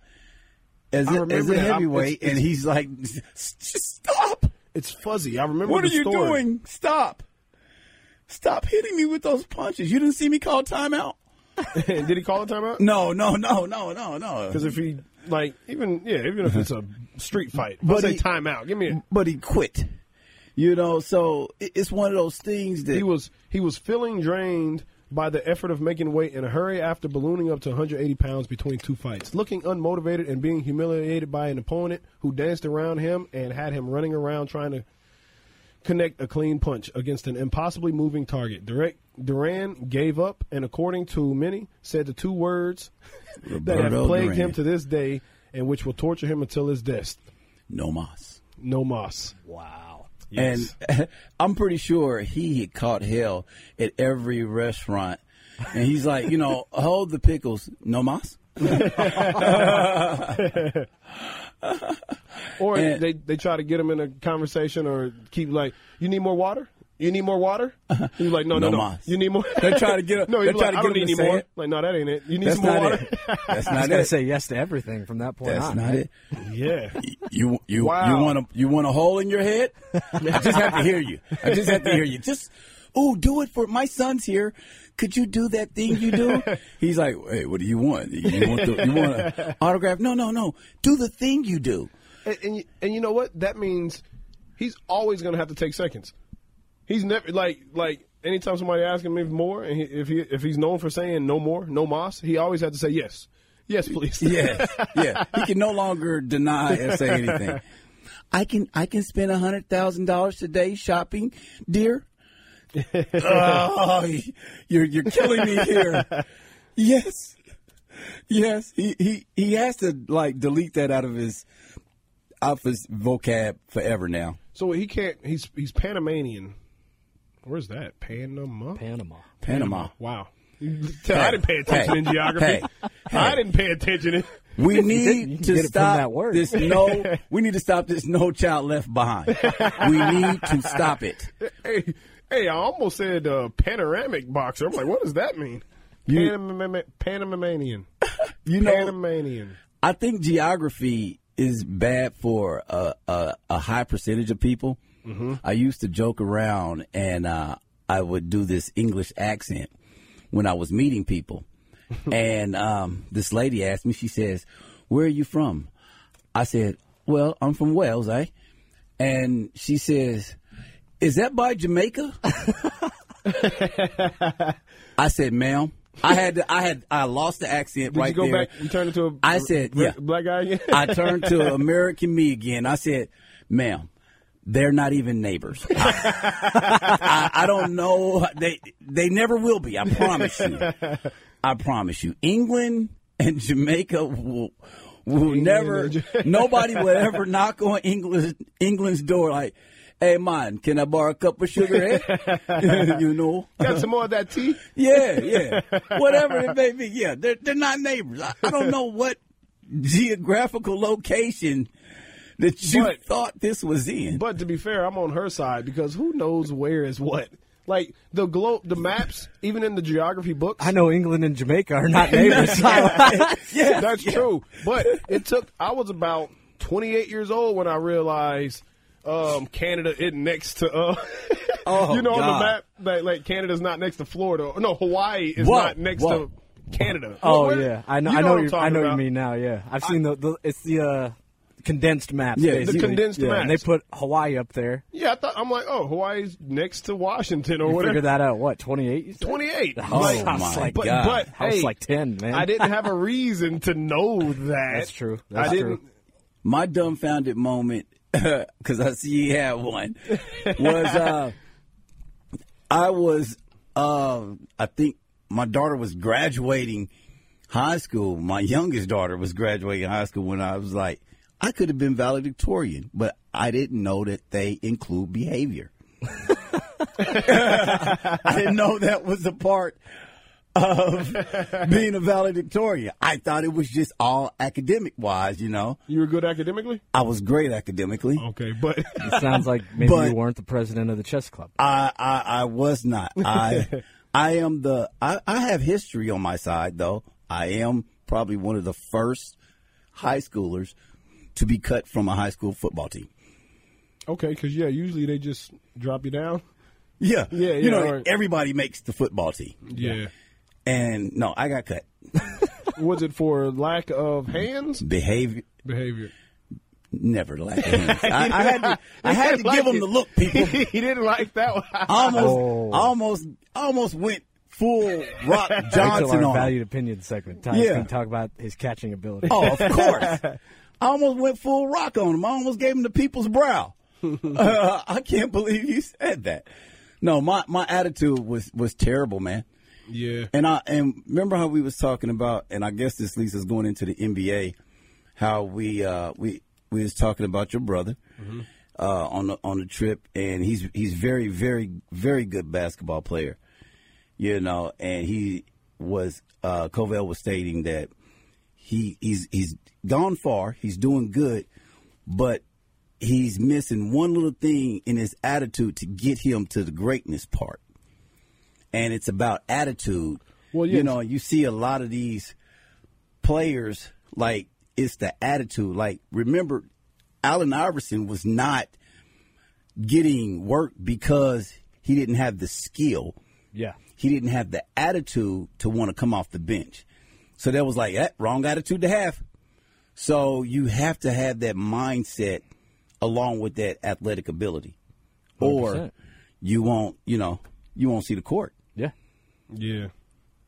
[SPEAKER 3] As
[SPEAKER 2] I
[SPEAKER 3] a,
[SPEAKER 2] remember
[SPEAKER 3] as a
[SPEAKER 2] that. I'm-
[SPEAKER 3] heavyweight,
[SPEAKER 2] it's-
[SPEAKER 3] and he's like, "Just stop!
[SPEAKER 2] It's fuzzy. I remember.
[SPEAKER 3] What are
[SPEAKER 2] the
[SPEAKER 3] you
[SPEAKER 2] story.
[SPEAKER 3] doing? Stop. Stop hitting me with those punches. You didn't see me call timeout?
[SPEAKER 2] And Did he call a timeout?
[SPEAKER 3] No, no, no, no, no, no.
[SPEAKER 2] Because if he like even yeah, even if it's a street fight,
[SPEAKER 3] But
[SPEAKER 2] but say
[SPEAKER 3] he-
[SPEAKER 2] timeout. Give me. A,
[SPEAKER 3] But he quit. You know, so it- it's one of those things that
[SPEAKER 2] he was he was feeling drained by the effort of making weight in a hurry after ballooning up to 180 pounds between two fights, looking unmotivated and being humiliated by an opponent who danced around him and had him running around trying to connect a clean punch against an impossibly moving target. Direct Duran gave up and according to many said the two words that have
[SPEAKER 3] Roberto
[SPEAKER 2] plagued
[SPEAKER 3] Duran.
[SPEAKER 2] him to this day and which will torture him until his death.
[SPEAKER 3] no mas.
[SPEAKER 2] No moss.
[SPEAKER 4] Wow.
[SPEAKER 2] Yes.
[SPEAKER 3] And I'm pretty sure he had caught hell at every restaurant. And he's like, you know, hold the pickles, no mas.
[SPEAKER 2] Or
[SPEAKER 3] And-
[SPEAKER 2] they, they try to get him in a conversation or keep like, you need more water? You need more water? He's like, no, no,
[SPEAKER 3] No
[SPEAKER 2] no.
[SPEAKER 3] mas.
[SPEAKER 2] You need more?
[SPEAKER 3] They try to get him-
[SPEAKER 2] no,
[SPEAKER 3] they
[SPEAKER 2] he's
[SPEAKER 3] try
[SPEAKER 2] like,
[SPEAKER 3] to
[SPEAKER 2] I
[SPEAKER 3] get
[SPEAKER 2] don't
[SPEAKER 3] him
[SPEAKER 2] need
[SPEAKER 3] to
[SPEAKER 2] any
[SPEAKER 3] say
[SPEAKER 2] more.
[SPEAKER 3] it.
[SPEAKER 2] Like, no, that ain't it. You need
[SPEAKER 3] That's
[SPEAKER 2] some more
[SPEAKER 3] not
[SPEAKER 2] water?
[SPEAKER 3] it. That's
[SPEAKER 4] I
[SPEAKER 3] not
[SPEAKER 4] gotta
[SPEAKER 3] it.
[SPEAKER 4] say yes to everything from that point
[SPEAKER 3] That's
[SPEAKER 4] on.
[SPEAKER 3] not
[SPEAKER 4] man.
[SPEAKER 3] it.
[SPEAKER 2] yeah.
[SPEAKER 3] You you
[SPEAKER 2] Wow.
[SPEAKER 3] you want a you want a hole in your head? I just have to hear you. I just have to hear you. Just oh, do it for my son's here. Could you do that thing you do? He's like, hey, what do you want? You want the, you want an autograph? No, no, no. Do the thing you do.
[SPEAKER 2] And, and, you- and you know what? That means he's always going to have to take seconds. He's never like like anytime somebody asks him if more, and he, if he if he's known for saying no more, no mas, he always had to say yes, yes, please.
[SPEAKER 3] Yes, yeah. He can no longer deny or say anything. I can I can spend a hundred thousand dollars today shopping, dear. oh, you're you're killing me here. Yes, yes. He he he has to like delete that out of his out of his vocab forever now.
[SPEAKER 2] So he can't. He's he's Panamanian. Where's that? Panama.
[SPEAKER 4] Panama.
[SPEAKER 3] Panama.
[SPEAKER 2] Wow. I didn't pay attention
[SPEAKER 3] Hey.
[SPEAKER 2] in geography.
[SPEAKER 3] Hey.
[SPEAKER 2] I didn't pay attention. In,
[SPEAKER 3] We
[SPEAKER 4] didn't, you
[SPEAKER 3] need
[SPEAKER 4] can
[SPEAKER 3] to
[SPEAKER 4] get it from
[SPEAKER 3] stop
[SPEAKER 4] that word.
[SPEAKER 3] this no. We need to stop this no child left behind. we need to stop it.
[SPEAKER 2] hey, hey, I almost said uh, panoramic boxer. I'm like, what does that mean?
[SPEAKER 3] You-
[SPEAKER 2] Panama- Panamanian.
[SPEAKER 3] You know,
[SPEAKER 2] Panamanian.
[SPEAKER 3] I think geography is bad for a, a, a high percentage of people.
[SPEAKER 2] Mm-hmm.
[SPEAKER 3] I used to joke around and uh, I would do this English accent when I was meeting people. and um, this lady asked me, she says, Where are you from? I said, Well, I'm from Wales, eh? And she says, Is that by Jamaica? I said, Ma'am. I had to, I had I lost the accent
[SPEAKER 2] Did
[SPEAKER 3] right
[SPEAKER 2] you go
[SPEAKER 3] there.
[SPEAKER 2] back? You turned into a
[SPEAKER 3] I said,
[SPEAKER 2] re-
[SPEAKER 3] yeah.
[SPEAKER 2] black guy again.
[SPEAKER 3] I turned to American me again. I said, "Ma'am, they're not even neighbors. I, I don't know. They they never will be. I promise you. I promise you. England and Jamaica will." Will never,
[SPEAKER 2] and
[SPEAKER 3] nobody will ever knock on England, England's door like, "Hey, man, can I borrow a cup of sugar?" Eh? you know,
[SPEAKER 2] Got some more of that tea?
[SPEAKER 3] yeah, yeah. Whatever it may be. Yeah, they're, they're not neighbors. I, I don't know what geographical location that you
[SPEAKER 2] But-
[SPEAKER 3] thought this was in.
[SPEAKER 2] But to be fair, I'm on her side because who knows where is what? Like the globe, the maps, even in the geography books.
[SPEAKER 4] I know England and Jamaica are not neighbors.
[SPEAKER 3] yeah.
[SPEAKER 2] That's true. But it took, I was about 28 years old when I realized um, Canada isn't next to, uh,
[SPEAKER 3] Oh,
[SPEAKER 2] you know, on
[SPEAKER 3] God.
[SPEAKER 2] the map, like, like Canada's not next to Florida. No, Hawaii is
[SPEAKER 3] Whoa,
[SPEAKER 2] not next to
[SPEAKER 3] whoa.
[SPEAKER 2] Canada.
[SPEAKER 4] Oh
[SPEAKER 2] Where-
[SPEAKER 4] yeah, I know.
[SPEAKER 2] you
[SPEAKER 4] I know.
[SPEAKER 2] what I'm
[SPEAKER 4] you I
[SPEAKER 2] talking
[SPEAKER 4] know what
[SPEAKER 2] about.
[SPEAKER 4] you mean now. Yeah, I've seen the, the it's the uh, condensed maps.
[SPEAKER 3] Yeah, the
[SPEAKER 4] basically.
[SPEAKER 2] condensed
[SPEAKER 4] yeah, And they
[SPEAKER 2] maps.
[SPEAKER 4] put Hawaii up there.
[SPEAKER 2] Yeah, I thought, I'm like, oh, Hawaii's next to Washington or
[SPEAKER 4] You
[SPEAKER 2] whatever.
[SPEAKER 4] figured that out. What twenty eight?
[SPEAKER 2] 28.
[SPEAKER 4] Oh, my
[SPEAKER 2] but,
[SPEAKER 3] God.
[SPEAKER 2] But,
[SPEAKER 4] I was
[SPEAKER 2] hey,
[SPEAKER 4] like 10, man.
[SPEAKER 2] I didn't have a reason to know that.
[SPEAKER 4] That's true. That's
[SPEAKER 2] I didn't.
[SPEAKER 4] true.
[SPEAKER 3] My dumbfounded moment, because I see you had one, was uh, I was, uh, I think my daughter was graduating high school. My youngest daughter was graduating high school when I was like, I could have been valedictorian, but I didn't know that they include behavior. I didn't know that was a part of being a valedictorian. I thought it was just all academic wise, you know.
[SPEAKER 2] You were good academically?
[SPEAKER 3] I was great academically.
[SPEAKER 2] Okay, but.
[SPEAKER 4] It sounds like maybe
[SPEAKER 3] But- Uh,
[SPEAKER 4] you weren't the president of the chess club.
[SPEAKER 3] I, I I was not. I I am the I, I have history on my side though. I am probably one of the first high schoolers to be cut from a high school football team.
[SPEAKER 2] Okay, because, yeah, usually they just drop you down.
[SPEAKER 3] Yeah.
[SPEAKER 2] Yeah, yeah,
[SPEAKER 3] You know,
[SPEAKER 2] right.
[SPEAKER 3] everybody makes the football team.
[SPEAKER 2] Yeah.
[SPEAKER 3] And no, I got cut.
[SPEAKER 2] Was it for lack of hands?
[SPEAKER 3] Behavior
[SPEAKER 2] Behavior.
[SPEAKER 3] never lacked hands. I, I had to, I had to give them the look, people.
[SPEAKER 2] he didn't like that one.
[SPEAKER 3] Almost
[SPEAKER 4] Oh.
[SPEAKER 3] almost almost went full Rock
[SPEAKER 4] Until
[SPEAKER 3] Johnson
[SPEAKER 4] our
[SPEAKER 3] on 'em.
[SPEAKER 4] valued opinion segment. Ty's
[SPEAKER 3] Yeah.
[SPEAKER 4] going to talk about his catching ability.
[SPEAKER 3] Oh, of course. I almost went full rock on him. I almost gave him the people's brow. Uh, I can't believe you said that. No, my, my attitude was, was terrible, man.
[SPEAKER 2] Yeah.
[SPEAKER 3] And I and remember how we was talking about, and I guess this Lisa's going into the NBA, how we uh, we we was talking about your brother, uh, on the, on the trip, and he's he's very very very good basketball player, you know. And he was uh, Covell was stating that he he's he's gone far, he's doing good, but he's missing one little thing in his attitude to get him to the greatness part. And it's about attitude.
[SPEAKER 2] Well,
[SPEAKER 3] you
[SPEAKER 2] yes.
[SPEAKER 3] know, you see a lot of these players like it's the attitude. Like remember, Allen Iverson was not getting work because he didn't have the skill.
[SPEAKER 4] Yeah.
[SPEAKER 3] He didn't have the attitude to want to come off the bench. So that was like that wrong attitude to have. So you have to have that mindset along with that athletic ability, or
[SPEAKER 4] 100%.
[SPEAKER 3] you won't. You know, you won't see the court.
[SPEAKER 4] Yeah.
[SPEAKER 2] Yeah.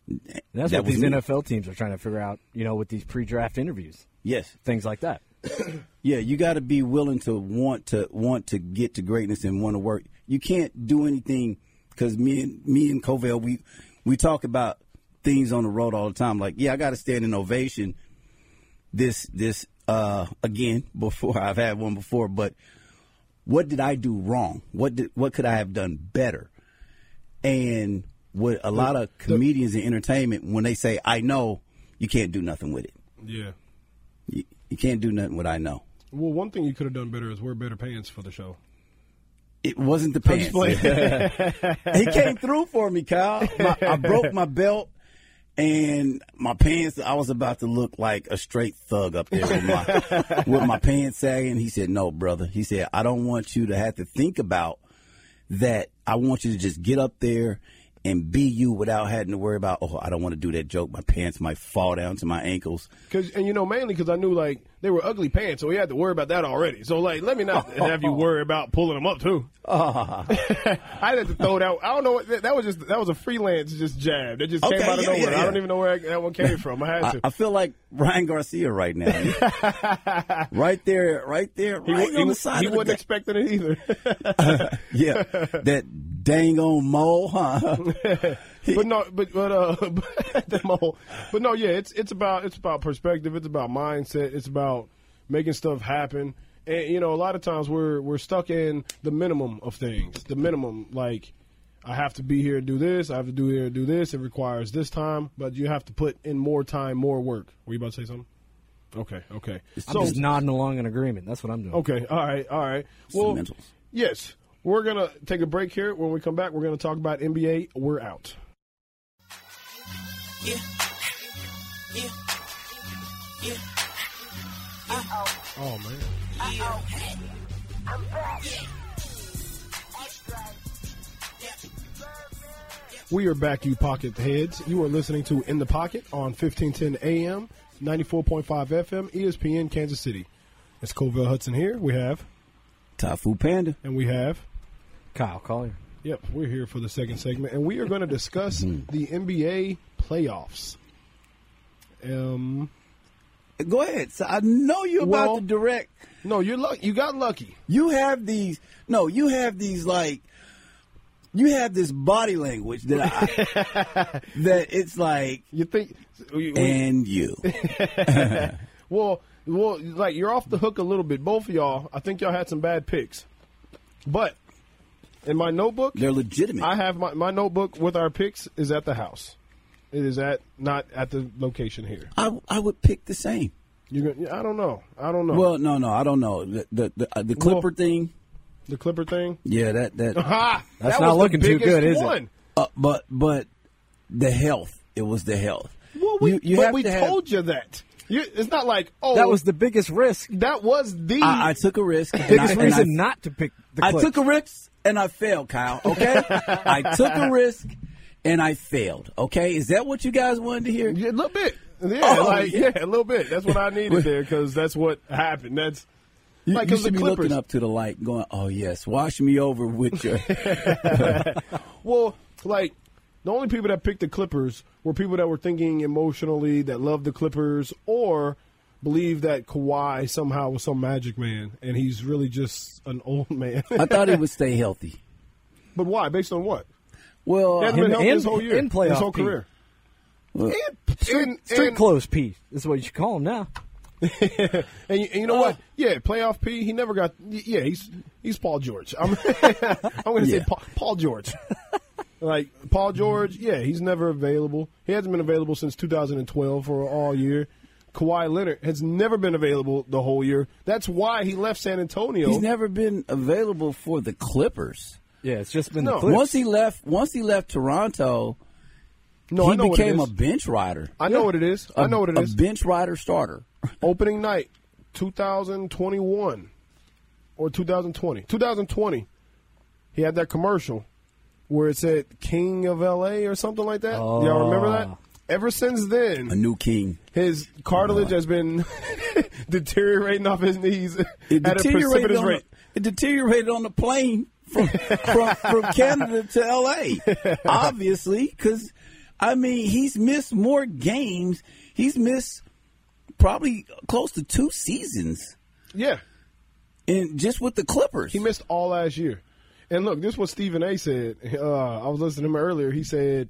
[SPEAKER 4] And that's
[SPEAKER 3] That
[SPEAKER 4] what
[SPEAKER 3] was
[SPEAKER 4] these
[SPEAKER 3] me.
[SPEAKER 4] NFL teams are trying to figure out, you know, with these pre-draft interviews,
[SPEAKER 3] Yes,
[SPEAKER 4] things like that.
[SPEAKER 3] Yeah, you got to be willing to want to want to get to greatness and want to work. You can't do anything because me and me and Covell we we talk about things on the road all the time. Like, yeah, I got to stand in ovation. This this uh again before I've had one before, but what did I do wrong? What did what could I have done better? And what a lot of comedians in entertainment when they say I know, you can't do nothing with it.
[SPEAKER 2] Yeah.
[SPEAKER 3] You, you can't do nothing with I know.
[SPEAKER 2] Well, one thing you could have done better is wear better pants for the show.
[SPEAKER 3] It wasn't the pants. he came through for me, Kyle. My, I broke my belt and my pants. I was about to look like a straight thug up there with my with my pants sagging. He said, "No, brother." He said, "I don't want you to have to think about that. I want you to just get up there." And be you without having to worry about, oh, I don't want to do that joke. My pants might fall down to my ankles.
[SPEAKER 2] Cause and you know mainly because I knew like they were ugly pants, so we had to worry about that already. So like, let me not have you worry about pulling them up too. I had to throw that. I don't know. What, that, that was just that was a freelance just jab that just came
[SPEAKER 3] Okay,
[SPEAKER 2] out of
[SPEAKER 3] yeah, yeah,
[SPEAKER 2] nowhere. I
[SPEAKER 3] yeah.
[SPEAKER 2] don't even know where I, that one came from. I had
[SPEAKER 3] I,
[SPEAKER 2] to.
[SPEAKER 3] I feel like Ryan Garcia right now. right there, right there,
[SPEAKER 2] he
[SPEAKER 3] right
[SPEAKER 2] wa-
[SPEAKER 3] on
[SPEAKER 2] he,
[SPEAKER 3] the side
[SPEAKER 2] he
[SPEAKER 3] of the
[SPEAKER 2] wasn't
[SPEAKER 3] deck.
[SPEAKER 2] expecting it either.
[SPEAKER 3] yeah, that dang on mole, huh?
[SPEAKER 2] but no, but but uh, that mo- but no, yeah, it's it's about it's about perspective, it's about mindset, it's about making stuff happen. And you know, a lot of times we're we're stuck in the minimum of things, the minimum like. I have to be here and do this. I have to do here and do this. It requires this time, but you have to put in more time, more work. Were you about to say something? Okay, okay.
[SPEAKER 4] I'm just nodding along in agreement. That's what I'm doing.
[SPEAKER 2] Okay. All right. All right. Well,
[SPEAKER 3] Some mentals.
[SPEAKER 2] yes, we're gonna take a break here. When we come back, we're gonna talk about NBA. We're out. Oh man. We are back, you pocket heads. You are listening to In the Pocket on 1510 AM, 94.5 FM, ESPN, Kansas City. It's Covell Hudson here. We have,
[SPEAKER 3] Tafu Panda.
[SPEAKER 2] and we have.
[SPEAKER 4] Kyle Collier.
[SPEAKER 2] Yep, we're here for the second segment, and we are going to discuss
[SPEAKER 4] Hmm.
[SPEAKER 2] the NBA playoffs. Um,
[SPEAKER 3] Go ahead. So I know you're
[SPEAKER 2] Well-
[SPEAKER 3] about to direct.
[SPEAKER 2] no, you're luck. You got lucky.
[SPEAKER 3] You have these. No, you have these like. You have this body language that I, that it's like
[SPEAKER 2] You think? we- we-
[SPEAKER 3] and you.
[SPEAKER 2] Well, well, like you're off the hook a little bit. Both of y'all, I think y'all had some bad picks, but in my notebook,
[SPEAKER 3] They're legitimate.
[SPEAKER 2] I have my, my notebook with our picks is at the house. It is at not at the location here.
[SPEAKER 3] I I would pick the same.
[SPEAKER 2] You're gonna, I don't know. I don't know.
[SPEAKER 3] Well, no, no, I don't know the the the, uh, the Clipper
[SPEAKER 2] Well- Uh-huh.
[SPEAKER 3] thing.
[SPEAKER 2] the Clipper thing.
[SPEAKER 3] Yeah, that that.
[SPEAKER 2] Ha!
[SPEAKER 4] That's
[SPEAKER 2] that
[SPEAKER 4] not
[SPEAKER 2] was the
[SPEAKER 4] looking too
[SPEAKER 2] biggest
[SPEAKER 4] good, is it?
[SPEAKER 2] one.
[SPEAKER 3] Uh, but but the health. It was the health.
[SPEAKER 2] Well, we,
[SPEAKER 3] You- you
[SPEAKER 2] but
[SPEAKER 3] have
[SPEAKER 2] we
[SPEAKER 3] to have-
[SPEAKER 2] told you that. You, it's not like oh
[SPEAKER 4] That was the biggest risk.
[SPEAKER 2] that was the
[SPEAKER 3] I, I took a risk. and I-
[SPEAKER 4] Biggest
[SPEAKER 3] and I-
[SPEAKER 4] reason not to pick the
[SPEAKER 3] I
[SPEAKER 4] Clips.
[SPEAKER 3] took a risk and I failed, Kyle. Okay, I took a risk and I failed. Okay, is that what you guys wanted to hear?
[SPEAKER 2] Yeah, a little bit. Yeah,
[SPEAKER 3] Oh,
[SPEAKER 2] like yeah.
[SPEAKER 3] yeah.
[SPEAKER 2] a little bit. That's what I needed there because that's what happened. That's like
[SPEAKER 3] you
[SPEAKER 2] 'cause the
[SPEAKER 3] should be
[SPEAKER 2] Clippers.
[SPEAKER 3] looking up to the light, going, "Oh yes, wash me over with your."
[SPEAKER 2] Well, like the only people that picked the Clippers were people that were thinking emotionally, that loved the Clippers, or believed that Kawhi somehow was some magic man and he's really just an old man.
[SPEAKER 3] I thought he would stay healthy.
[SPEAKER 2] but why? Based on what?
[SPEAKER 3] Well,
[SPEAKER 2] He hasn't been
[SPEAKER 4] Him
[SPEAKER 2] healthy
[SPEAKER 4] and-
[SPEAKER 2] his whole year,
[SPEAKER 4] and playoff
[SPEAKER 2] his whole
[SPEAKER 4] Pete.
[SPEAKER 2] career.
[SPEAKER 3] Well-
[SPEAKER 2] and, and,
[SPEAKER 4] Street
[SPEAKER 2] and-
[SPEAKER 4] clothes Pete is what you should call him now.
[SPEAKER 2] And you, and you know
[SPEAKER 3] Oh.
[SPEAKER 2] what? Yeah, playoff P. He never got. y- Yeah, he's he's Paul George. I'm I'm going to
[SPEAKER 3] Yeah.
[SPEAKER 2] say Paul, Paul George. like Paul George. Yeah, he's never available. He hasn't been available since 2012 for all year. Kawhi Leonard has never been available the whole year. That's why he left San Antonio.
[SPEAKER 3] He's never been available for the Clippers.
[SPEAKER 4] Yeah, it's just been
[SPEAKER 2] No.
[SPEAKER 4] the Clips.
[SPEAKER 3] Once he left, once he left Toronto,
[SPEAKER 2] no, I
[SPEAKER 3] he
[SPEAKER 2] know what it
[SPEAKER 3] became a
[SPEAKER 2] is.
[SPEAKER 3] bench rider.
[SPEAKER 2] I know what it is. I know what it
[SPEAKER 3] a
[SPEAKER 2] is.
[SPEAKER 3] bench rider starter.
[SPEAKER 2] Opening night, 2021 or 2020. 2020, he had that commercial where it said King of LA or something like that. Y'all remember
[SPEAKER 3] Ah.
[SPEAKER 2] that? Ever since
[SPEAKER 3] A
[SPEAKER 2] then,
[SPEAKER 3] new king.
[SPEAKER 2] his cartilage has been deteriorating off his knees
[SPEAKER 3] It
[SPEAKER 2] at a
[SPEAKER 3] deteriorated,
[SPEAKER 2] precipitous
[SPEAKER 3] on
[SPEAKER 2] rate.
[SPEAKER 3] The, it deteriorated on the plane from from, from Canada to L.A. Obviously, because I mean he's missed more games. He's missed probably close to two seasons,
[SPEAKER 2] Yeah,
[SPEAKER 3] in just with the Clippers.
[SPEAKER 2] he missed all last year. And look, this is what Stephen A. said. Uh, I was listening to him earlier. He said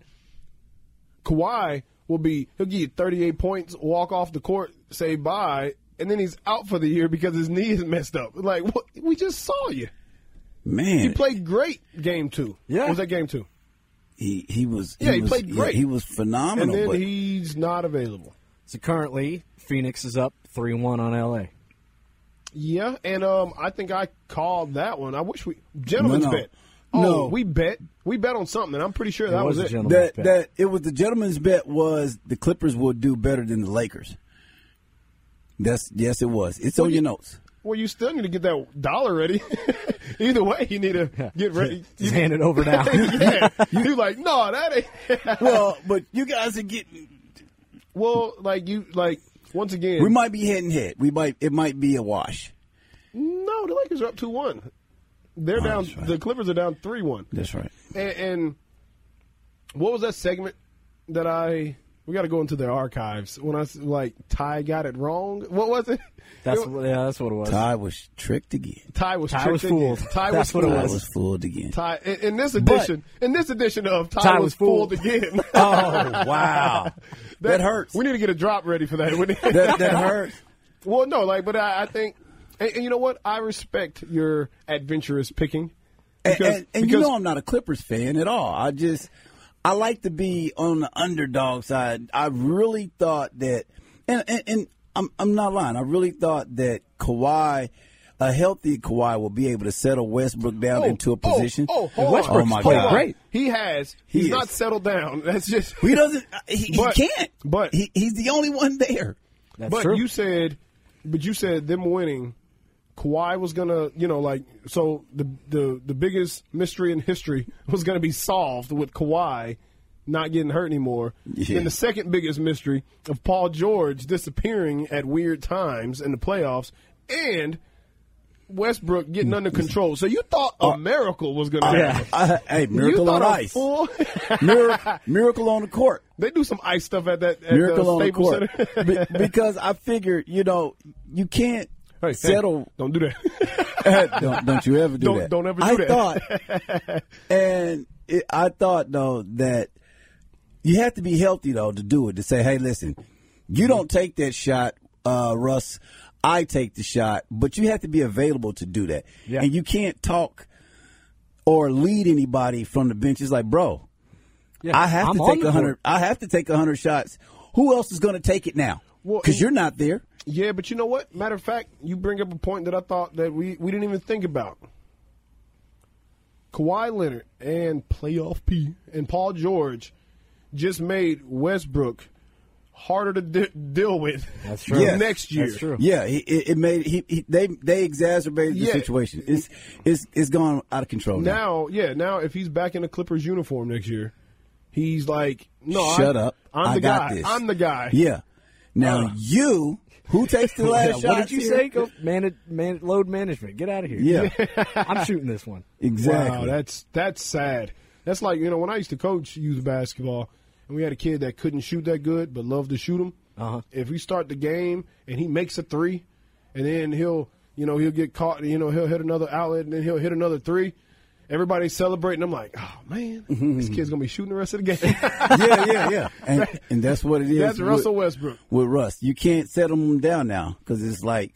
[SPEAKER 2] Kawhi will be he'll give you 38 points, walk off the court, say bye, and then he's out for the year because his knee is messed up. Like what, we just saw you.
[SPEAKER 3] Man,
[SPEAKER 2] He played great game two.
[SPEAKER 4] Yeah.
[SPEAKER 2] was that game two?
[SPEAKER 3] he he was
[SPEAKER 2] Yeah, he
[SPEAKER 3] was,
[SPEAKER 2] played great.
[SPEAKER 3] he was
[SPEAKER 2] And
[SPEAKER 3] phenomenal.
[SPEAKER 2] then
[SPEAKER 3] but
[SPEAKER 2] he's not available.
[SPEAKER 4] So currently, Phoenix is up three one on LA.
[SPEAKER 2] Yeah, and um, I think I called that one. I wish we gentlemen's
[SPEAKER 3] No, no.
[SPEAKER 2] bet. Oh,
[SPEAKER 3] No.
[SPEAKER 2] we bet we bet on something. and I'm pretty sure that
[SPEAKER 4] was
[SPEAKER 2] was,
[SPEAKER 4] a
[SPEAKER 2] it.
[SPEAKER 4] gentleman's
[SPEAKER 3] that
[SPEAKER 4] bet.
[SPEAKER 3] that it was the gentleman's bet was the Clippers will do better than the Lakers. That's yes, it was. It's on your notes.
[SPEAKER 2] Well, you still need to get that dollar ready. Either way, you need to get ready. You-
[SPEAKER 4] Just hand it over now.
[SPEAKER 2] yeah, you like no, that ain't.
[SPEAKER 3] well, but you guys are getting.
[SPEAKER 2] well, like you like once again.
[SPEAKER 3] We might be head and head. We might. It might be a wash.
[SPEAKER 2] no, the Lakers are up two one. They're down.
[SPEAKER 3] that's right.
[SPEAKER 2] The Clippers are down three one.
[SPEAKER 3] That's right.
[SPEAKER 2] And, and what was that segment that I? We got to go into the archives when I s- like Ty got it wrong. What was it?
[SPEAKER 4] That's
[SPEAKER 2] It-
[SPEAKER 4] what- yeah, that's what it was.
[SPEAKER 3] Ty was tricked again.
[SPEAKER 2] Ty was
[SPEAKER 4] Ty was
[SPEAKER 2] tricked again.
[SPEAKER 4] fooled.
[SPEAKER 2] Ty
[SPEAKER 4] That's
[SPEAKER 2] was
[SPEAKER 4] what it
[SPEAKER 2] fooled.
[SPEAKER 3] Ty was fooled again.
[SPEAKER 2] Ty in, in this edition. in this edition of Ty,
[SPEAKER 4] Ty
[SPEAKER 2] was,
[SPEAKER 4] was
[SPEAKER 2] fooled,
[SPEAKER 4] fooled.
[SPEAKER 2] again.
[SPEAKER 3] Oh wow, that, hurts.
[SPEAKER 2] We need to get a drop ready for that. We need-
[SPEAKER 3] that, that hurts.
[SPEAKER 2] Well, no, like, but I, I think, and, and you know what? I respect your adventurous picking.
[SPEAKER 3] And,
[SPEAKER 2] Because-
[SPEAKER 3] and, and you
[SPEAKER 2] because-
[SPEAKER 3] know I'm not a Clippers fan at all. I just I like to be on the underdog side. I really thought that, and and, and I'm I'm not lying. I really thought that Kawhi. A healthy Kawhi will be able to settle Westbrook down
[SPEAKER 2] Oh,
[SPEAKER 3] into
[SPEAKER 2] oh,
[SPEAKER 3] a position.
[SPEAKER 2] Oh, hold on.
[SPEAKER 3] oh my
[SPEAKER 2] Hold
[SPEAKER 3] God.
[SPEAKER 2] on. He has. He's
[SPEAKER 3] is.
[SPEAKER 2] not settled down. That's just.
[SPEAKER 3] He doesn't. uh, He,
[SPEAKER 2] But-
[SPEAKER 3] he can't.
[SPEAKER 2] but-
[SPEAKER 3] he, he's the only one there.
[SPEAKER 4] That's
[SPEAKER 2] but
[SPEAKER 4] true.
[SPEAKER 2] you said, but you said them winning, Kawhi was gonna, you know, like so the the the biggest mystery in history was gonna be solved with Kawhi not getting hurt anymore.
[SPEAKER 3] Yeah.
[SPEAKER 2] And the second biggest mystery of Paul George disappearing at weird times in the playoffs and. Westbrook getting under control. So you thought a miracle was going to happen.
[SPEAKER 3] I, hey,
[SPEAKER 2] you
[SPEAKER 3] Uh, miracle
[SPEAKER 2] thought
[SPEAKER 3] on
[SPEAKER 2] a
[SPEAKER 3] ice.
[SPEAKER 2] full-
[SPEAKER 3] miracle, miracle on the court.
[SPEAKER 2] they do some ice stuff at that at
[SPEAKER 3] Miracle
[SPEAKER 2] the
[SPEAKER 3] on the
[SPEAKER 2] Staples
[SPEAKER 3] court.
[SPEAKER 2] Center.
[SPEAKER 3] Be- because I figured, you know, you can't
[SPEAKER 2] Hey, hey,
[SPEAKER 3] settle.
[SPEAKER 2] don't do that.
[SPEAKER 3] don't, don't you ever do
[SPEAKER 2] Don't-
[SPEAKER 3] that.
[SPEAKER 2] don't ever do
[SPEAKER 3] I
[SPEAKER 2] that.
[SPEAKER 3] thought, and it, I thought though that you have to be healthy though to do it. To say, hey, listen,
[SPEAKER 2] Mm-hmm.
[SPEAKER 3] you don't take that shot, uh, Russ. I take the shot, but you have to be available to do that.
[SPEAKER 4] Yeah.
[SPEAKER 3] And you can't talk or lead anybody from the bench. It's like, bro,
[SPEAKER 4] Yeah,
[SPEAKER 3] I have
[SPEAKER 4] I'm
[SPEAKER 3] to
[SPEAKER 4] on
[SPEAKER 3] take
[SPEAKER 4] the
[SPEAKER 3] a hundred.
[SPEAKER 4] court.
[SPEAKER 3] I have to take a hundred shots. Who else is going to take it now?
[SPEAKER 2] Well,
[SPEAKER 3] Because
[SPEAKER 2] and-
[SPEAKER 3] you're not there.
[SPEAKER 2] Yeah, but you know what? Matter of fact, you bring up a point that I thought that we, we didn't even think about. Kawhi Leonard and playoff P and Paul George just made Westbrook harder to de- deal with
[SPEAKER 4] That's true.
[SPEAKER 3] Yes.
[SPEAKER 2] next year.
[SPEAKER 4] That's true.
[SPEAKER 3] Yeah, he, it, it made he, he they they exacerbated the
[SPEAKER 2] Yeah.
[SPEAKER 3] situation. It's it's it's gone out of control now.
[SPEAKER 2] Now, yeah, now if he's back in the Clippers uniform next year, he's like, no,
[SPEAKER 3] Shut
[SPEAKER 2] I,
[SPEAKER 3] up!
[SPEAKER 2] I'm
[SPEAKER 3] I
[SPEAKER 2] the
[SPEAKER 3] got
[SPEAKER 2] guy.
[SPEAKER 3] This.
[SPEAKER 2] I'm the guy.
[SPEAKER 3] Yeah. Now you, who takes the
[SPEAKER 4] Uh. Yeah,
[SPEAKER 3] last shot?
[SPEAKER 4] what did you say? Go manage, man, load management. Get out of here.
[SPEAKER 3] Yeah,
[SPEAKER 4] I'm shooting this one.
[SPEAKER 3] exactly.
[SPEAKER 2] Wow, that's that's sad. That's like you know when I used to coach youth basketball, and we had a kid that couldn't shoot that good but loved to shoot him.
[SPEAKER 4] Uh-huh.
[SPEAKER 2] If we start the game and he makes a three, and then he'll you know he'll get caught, you know he'll hit another outlet, and then he'll hit another three, Everybody's celebrating. I'm like, oh man, this kid's gonna be shooting the rest of the game.
[SPEAKER 3] yeah, yeah, yeah. And, and that's what it is.
[SPEAKER 2] That's
[SPEAKER 3] with-
[SPEAKER 2] Russell Westbrook.
[SPEAKER 3] With Russ, you can't settle them down now because it's like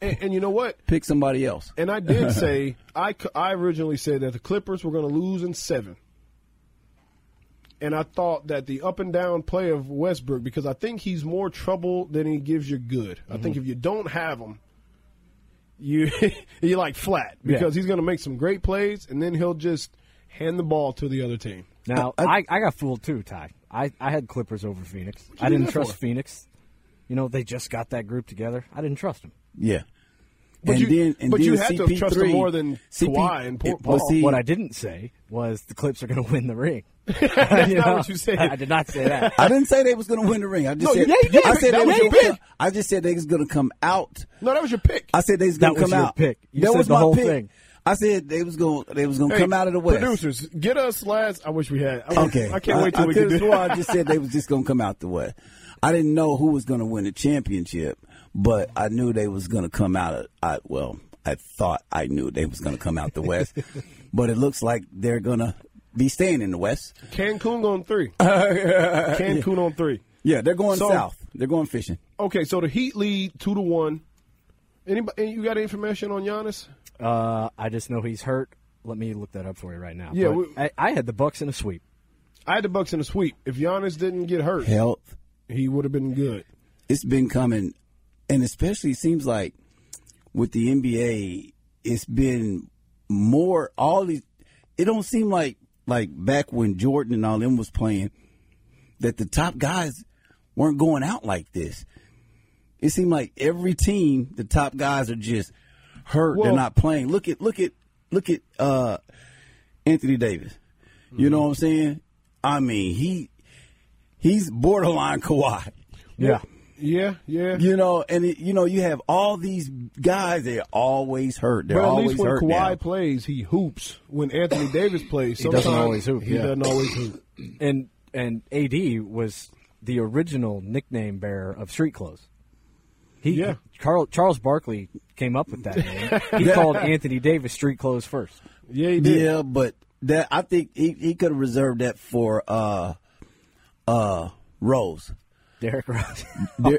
[SPEAKER 2] And, and you know what?
[SPEAKER 3] pick somebody else.
[SPEAKER 2] And I did say I, c- I originally said that the Clippers were going to lose in seven. And I thought that the up and down play of Westbrook, because I think he's more trouble than he gives you good. I think
[SPEAKER 3] Mm-hmm.
[SPEAKER 2] if you don't have him, you you're like flat because he's going to make some great plays, and then he'll just hand the ball to the other team.
[SPEAKER 4] Now
[SPEAKER 3] Oh, I-
[SPEAKER 4] I, I, got fooled too, Ty. I, I had Clippers over Phoenix. I
[SPEAKER 2] you do
[SPEAKER 4] didn't
[SPEAKER 2] that
[SPEAKER 4] trust
[SPEAKER 2] for?
[SPEAKER 4] Phoenix. You know they just got that group together. I didn't trust them.
[SPEAKER 3] Yeah.
[SPEAKER 2] But
[SPEAKER 3] and
[SPEAKER 2] you-
[SPEAKER 3] then, and
[SPEAKER 2] but you
[SPEAKER 3] then
[SPEAKER 2] had to
[SPEAKER 3] CP3,
[SPEAKER 2] trust him more than
[SPEAKER 3] CP
[SPEAKER 2] Kawhi and Paul-
[SPEAKER 3] it-
[SPEAKER 2] Paul.
[SPEAKER 3] but see,
[SPEAKER 4] Oh, what I didn't say was the Clips are going to win the ring. That's
[SPEAKER 2] not what you said.
[SPEAKER 4] I, I did not say that.
[SPEAKER 3] I didn't say they was going to win the ring. I just
[SPEAKER 2] No,
[SPEAKER 3] said
[SPEAKER 2] yeah, you did.
[SPEAKER 3] I said
[SPEAKER 2] That was
[SPEAKER 3] they was
[SPEAKER 2] your
[SPEAKER 3] gonna,
[SPEAKER 2] pick.
[SPEAKER 3] I just said they was going to come out.
[SPEAKER 2] No, that was your pick.
[SPEAKER 3] I said they was going to
[SPEAKER 4] That
[SPEAKER 3] come
[SPEAKER 4] was your
[SPEAKER 3] out.
[SPEAKER 4] pick. You
[SPEAKER 3] that
[SPEAKER 4] said
[SPEAKER 3] was
[SPEAKER 4] the
[SPEAKER 3] my
[SPEAKER 4] whole
[SPEAKER 3] pick.
[SPEAKER 4] thing.
[SPEAKER 3] I said they was going to they was going to
[SPEAKER 2] Hey,
[SPEAKER 3] come out of the west.
[SPEAKER 2] Producers, get us last. I wish we had. I,
[SPEAKER 3] Okay,
[SPEAKER 2] I can't wait till
[SPEAKER 3] I
[SPEAKER 2] we can
[SPEAKER 3] could've
[SPEAKER 2] do.
[SPEAKER 3] swore I just said they was just going to come out the west. I didn't know who was going to win the championship, but I knew they was going to come out. Of, I well, I thought I knew they was going to come out the west, but it looks like they're going to be staying in the west.
[SPEAKER 2] Cancun on three. Cancun on three.
[SPEAKER 3] Yeah, they're going
[SPEAKER 2] So-
[SPEAKER 3] south. They're going fishing.
[SPEAKER 2] Okay, so the Heat lead two to one. Anybody, you got any information on Giannis?
[SPEAKER 4] Uh, I just know he's hurt. Let me look that up for you right now.
[SPEAKER 2] Yeah,
[SPEAKER 4] But
[SPEAKER 2] we-
[SPEAKER 4] I, I had the Bucks in a sweep.
[SPEAKER 2] I had the Bucks in a sweep. If Giannis didn't get hurt,
[SPEAKER 3] Health.
[SPEAKER 2] he would have been good.
[SPEAKER 3] it's been coming, and especially it seems like with the NBA, it's been more all these. It don't seem like like back when Jordan and all them was playing that the top guys weren't going out like this. It seemed like every team, the top guys are just hurt.
[SPEAKER 2] Well-
[SPEAKER 3] They're not playing. Look at look at look at uh, Anthony Davis. You know what I'm saying? I mean, he he's borderline Kawhi.
[SPEAKER 4] Yeah.
[SPEAKER 2] Yeah, yeah.
[SPEAKER 3] You know, and it, you know, you have all these guys. They're always hurt. They're
[SPEAKER 2] But at
[SPEAKER 3] always
[SPEAKER 2] least when
[SPEAKER 3] hurt.
[SPEAKER 2] Kawhi
[SPEAKER 3] now.
[SPEAKER 2] plays, he hoops. When Anthony Davis plays,
[SPEAKER 4] doesn't
[SPEAKER 2] sometimes
[SPEAKER 4] always hoop,
[SPEAKER 2] He
[SPEAKER 4] yeah.
[SPEAKER 2] doesn't always hoop.
[SPEAKER 4] And and AD was the original nickname bearer of street clothes. He
[SPEAKER 2] Yeah.
[SPEAKER 4] Carl, Charles Barkley came up with that name. He called Anthony Davis street clothes first.
[SPEAKER 2] Yeah, he did.
[SPEAKER 3] yeah, but that I think he, he could have reserved that for uh uh Rose.
[SPEAKER 4] Derrick Rose.
[SPEAKER 3] Der-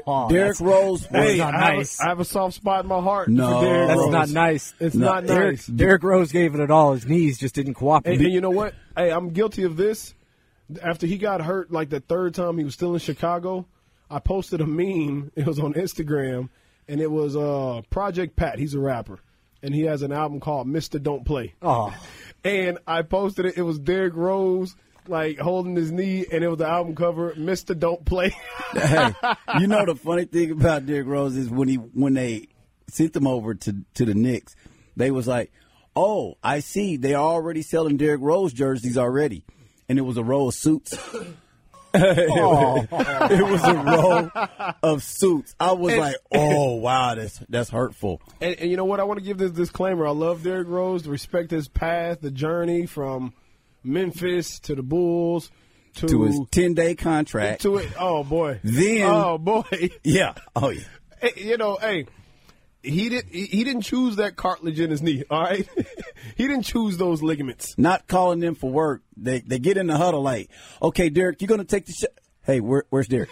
[SPEAKER 2] Uh-huh.
[SPEAKER 4] Oh,
[SPEAKER 3] Derrick
[SPEAKER 4] that's-
[SPEAKER 3] Rose was
[SPEAKER 4] Hey,
[SPEAKER 2] I have,
[SPEAKER 4] not
[SPEAKER 2] a-
[SPEAKER 4] nice.
[SPEAKER 2] I have a soft spot in my heart.
[SPEAKER 3] No.
[SPEAKER 2] for Derrick
[SPEAKER 4] That's
[SPEAKER 2] Rose.
[SPEAKER 4] not nice.
[SPEAKER 2] It's
[SPEAKER 3] No.
[SPEAKER 2] not
[SPEAKER 4] Derrick,
[SPEAKER 2] nice.
[SPEAKER 4] Derrick Rose gave it at all. His knees just didn't cooperate.
[SPEAKER 2] And, and you know what? Hey, I'm guilty of this. After he got hurt, like the third time he was still in Chicago, I posted a meme. It was on Instagram, and it was uh, Project Pat. He's a rapper, and he has an album called Mister Don't Play.
[SPEAKER 4] oh,
[SPEAKER 2] And I posted it. It was Derrick Rose like holding his knee, and it was the album cover Mister Don't Play.
[SPEAKER 3] hey, you know the funny thing about Derrick Rose is when he when they sent him over to to the Knicks, they was like, "Oh, I see, they're already selling Derrick Rose jerseys already," and it was a row of suits. it was a row of suits. I was like, "Oh wow, that's that's hurtful."
[SPEAKER 2] And, and you know what? I want to give this disclaimer. I love Derrick Rose. Respect his path, the journey from Memphis to the Bulls to,
[SPEAKER 3] To his ten day contract.
[SPEAKER 2] to it. Oh boy.
[SPEAKER 3] Then-
[SPEAKER 2] Oh boy.
[SPEAKER 3] Yeah. Oh yeah.
[SPEAKER 2] Hey, you know, hey, he did. He, he didn't choose that cartilage in his knee. All right. he didn't choose those ligaments.
[SPEAKER 3] not calling them for work. They they get in the huddle like, okay, Derek, you're gonna take the shot. Hey, where, where's Derek?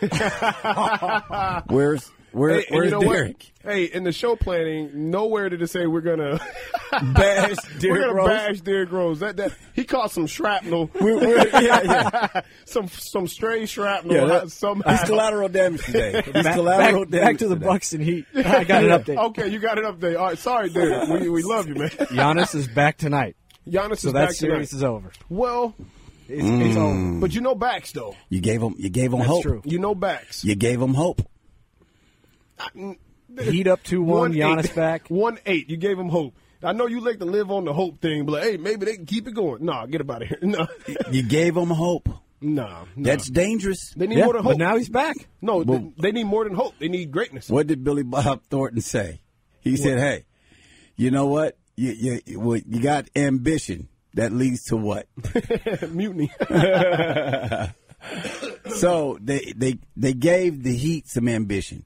[SPEAKER 3] where's where,
[SPEAKER 2] Hey, and
[SPEAKER 3] where's
[SPEAKER 2] you know
[SPEAKER 3] Derek?
[SPEAKER 2] what? Hey, in the show planning, nowhere did it say we're gonna
[SPEAKER 3] Bash
[SPEAKER 2] we're
[SPEAKER 3] Derrick
[SPEAKER 2] gonna
[SPEAKER 3] Rose.
[SPEAKER 2] bash Derrick Rose. That that he caught some shrapnel,
[SPEAKER 3] We're- we're- yeah, yeah.
[SPEAKER 2] some some stray shrapnel.
[SPEAKER 3] yeah that-
[SPEAKER 2] somehow.
[SPEAKER 3] He's collateral damage today. He's
[SPEAKER 4] back,
[SPEAKER 3] collateral
[SPEAKER 4] back-
[SPEAKER 3] damage.
[SPEAKER 4] back to the
[SPEAKER 3] today.
[SPEAKER 4] Bucks and Heat. I got an update.
[SPEAKER 2] Okay, you got it up there. All right, sorry, Derek. We, we love you, man.
[SPEAKER 4] Giannis is back tonight,
[SPEAKER 2] Giannis
[SPEAKER 4] so
[SPEAKER 2] is
[SPEAKER 4] that
[SPEAKER 2] back
[SPEAKER 4] series
[SPEAKER 2] tonight.
[SPEAKER 4] is over.
[SPEAKER 2] Well,
[SPEAKER 4] It's, it's
[SPEAKER 3] Mm.
[SPEAKER 4] over.
[SPEAKER 2] but you know backs though.
[SPEAKER 3] You gave him you gave him
[SPEAKER 4] That's
[SPEAKER 3] hope.
[SPEAKER 4] true.
[SPEAKER 2] You know backs.
[SPEAKER 3] You gave him hope.
[SPEAKER 4] Heat up two one. Giannis
[SPEAKER 2] eight.
[SPEAKER 4] back.
[SPEAKER 2] One eight. You gave him hope. I know you like to live on the hope thing, but like, hey, maybe they can keep it going. Nah, get about here. Nah,
[SPEAKER 3] You gave him hope.
[SPEAKER 2] nah. nah.
[SPEAKER 3] That's dangerous.
[SPEAKER 2] they need
[SPEAKER 4] Yeah,
[SPEAKER 2] more than hope.
[SPEAKER 4] but now he's back.
[SPEAKER 2] no, th-
[SPEAKER 3] Boom.
[SPEAKER 2] they need more than hope. They need greatness.
[SPEAKER 3] What did Billy Bob Thornton say? He said, "Hey, you know what? You you you- well, you got ambition that leads to what?
[SPEAKER 2] Mutiny.
[SPEAKER 3] So they they they gave the Heat some ambition.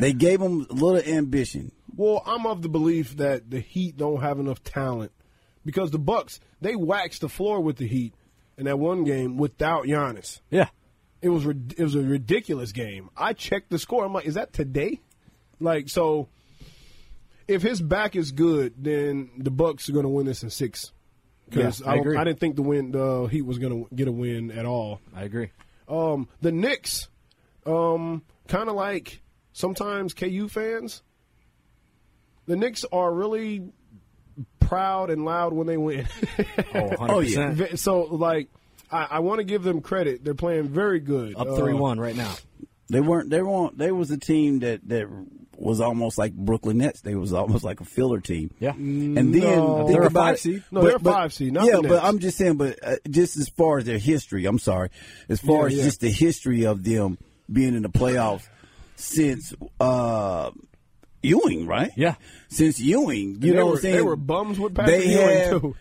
[SPEAKER 3] they gave them a little ambition.
[SPEAKER 2] well, I'm of the belief that the Heat don't have enough talent because the Bucks they waxed the floor with the Heat in that one game without Giannis.
[SPEAKER 4] Yeah.
[SPEAKER 2] It was rid- it was a ridiculous game. I checked the score. I'm like, is that today? Like so, if his back is good, then the Bucks are going to win this in six. Because
[SPEAKER 4] Yeah, I
[SPEAKER 2] I, don't-
[SPEAKER 4] agree.
[SPEAKER 2] I didn't think the win the Heat was going to get a win at all.
[SPEAKER 4] I agree.
[SPEAKER 2] Um, the Knicks, um, kind of like sometimes KU fans, the Knicks are really proud and loud when they win.
[SPEAKER 4] Oh, 100%.
[SPEAKER 3] Oh, yeah.
[SPEAKER 2] Ve- so, like, I, I want to give them credit. They're playing very good.
[SPEAKER 4] Up
[SPEAKER 2] Uh,
[SPEAKER 4] 3 1 right now.
[SPEAKER 3] They weren't. They weren't. They was a team that that was almost like Brooklyn Nets. They was almost like a filler team.
[SPEAKER 4] Yeah.
[SPEAKER 3] And then
[SPEAKER 2] No.
[SPEAKER 3] think
[SPEAKER 4] They're a
[SPEAKER 3] about
[SPEAKER 4] five
[SPEAKER 3] it.
[SPEAKER 4] seed?
[SPEAKER 2] No, they're a five seed, not
[SPEAKER 3] yeah,
[SPEAKER 2] the
[SPEAKER 3] but
[SPEAKER 2] Nets.
[SPEAKER 3] I'm just saying. But uh, just as far as their history, I'm sorry. As
[SPEAKER 2] Yeah,
[SPEAKER 3] far as
[SPEAKER 2] yeah.
[SPEAKER 3] just the history of them being in the playoffs since uh, Ewing, right?
[SPEAKER 4] Yeah.
[SPEAKER 3] Since Ewing,
[SPEAKER 2] they
[SPEAKER 3] you know what
[SPEAKER 2] were-
[SPEAKER 3] I'm saying?
[SPEAKER 2] they were bums with Patrick
[SPEAKER 3] They
[SPEAKER 2] Ewing,
[SPEAKER 3] had-
[SPEAKER 2] too.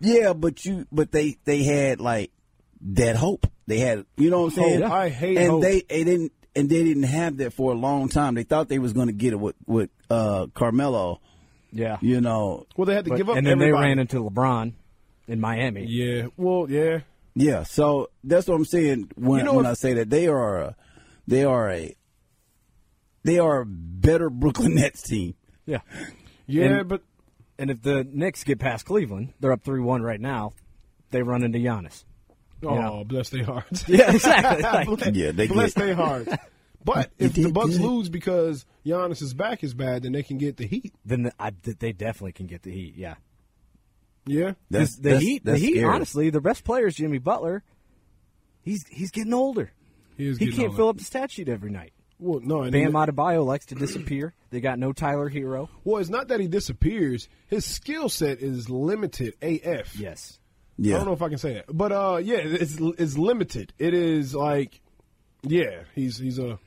[SPEAKER 3] Yeah, but you, but they they had like that hope. They had, you know what I'm saying?
[SPEAKER 2] Hope. Oh, I hate
[SPEAKER 3] and
[SPEAKER 2] hope.
[SPEAKER 3] they they didn't and they didn't have that for a long time. They thought they was going to get it with with uh, Carmelo,
[SPEAKER 4] Yeah.
[SPEAKER 3] you know.
[SPEAKER 2] Well, they had to
[SPEAKER 4] But-
[SPEAKER 2] give up
[SPEAKER 4] and then
[SPEAKER 2] everybody.
[SPEAKER 4] they ran into LeBron in Miami.
[SPEAKER 2] Yeah. Well, yeah.
[SPEAKER 3] Yeah, so that's what I'm saying when
[SPEAKER 2] You know
[SPEAKER 3] when
[SPEAKER 2] what-
[SPEAKER 3] I say that they are a, they are a they are a better Brooklyn Nets team.
[SPEAKER 4] Yeah.
[SPEAKER 2] Yeah,
[SPEAKER 4] And-
[SPEAKER 2] but
[SPEAKER 4] And if the Knicks get past Cleveland, they're up 3 1 right now. They run into Giannis.
[SPEAKER 2] Oh,
[SPEAKER 4] know.
[SPEAKER 2] bless their hearts.
[SPEAKER 4] Yeah, exactly. Like,
[SPEAKER 3] Yeah, they
[SPEAKER 2] bless
[SPEAKER 3] get-
[SPEAKER 2] their hearts. But if
[SPEAKER 3] They
[SPEAKER 2] the Bucks
[SPEAKER 3] did.
[SPEAKER 2] lose because Giannis's back is bad, then they can get the Heat.
[SPEAKER 4] then the, I, th- they definitely can get the Heat. Yeah.
[SPEAKER 2] Yeah.
[SPEAKER 3] That's,
[SPEAKER 4] 'Cause the
[SPEAKER 3] that's-
[SPEAKER 4] Heat,
[SPEAKER 3] that's
[SPEAKER 4] the Heat.
[SPEAKER 3] scary.
[SPEAKER 4] Honestly, their best player is Jimmy Butler. He's he's getting older.
[SPEAKER 2] He, is
[SPEAKER 4] He
[SPEAKER 2] getting
[SPEAKER 4] can't
[SPEAKER 2] on
[SPEAKER 4] fill
[SPEAKER 2] it.
[SPEAKER 4] up the stat sheet every night.
[SPEAKER 2] Well, no, and
[SPEAKER 4] Bam
[SPEAKER 2] then-
[SPEAKER 4] Adebayo likes to disappear. They got no Tyler Hero.
[SPEAKER 2] well, it's not that he disappears. His skill set is limited AF.
[SPEAKER 4] Yes.
[SPEAKER 3] yeah.
[SPEAKER 2] I don't know if I can say that, but uh, yeah, it's it's limited. It is like, yeah, he's he's a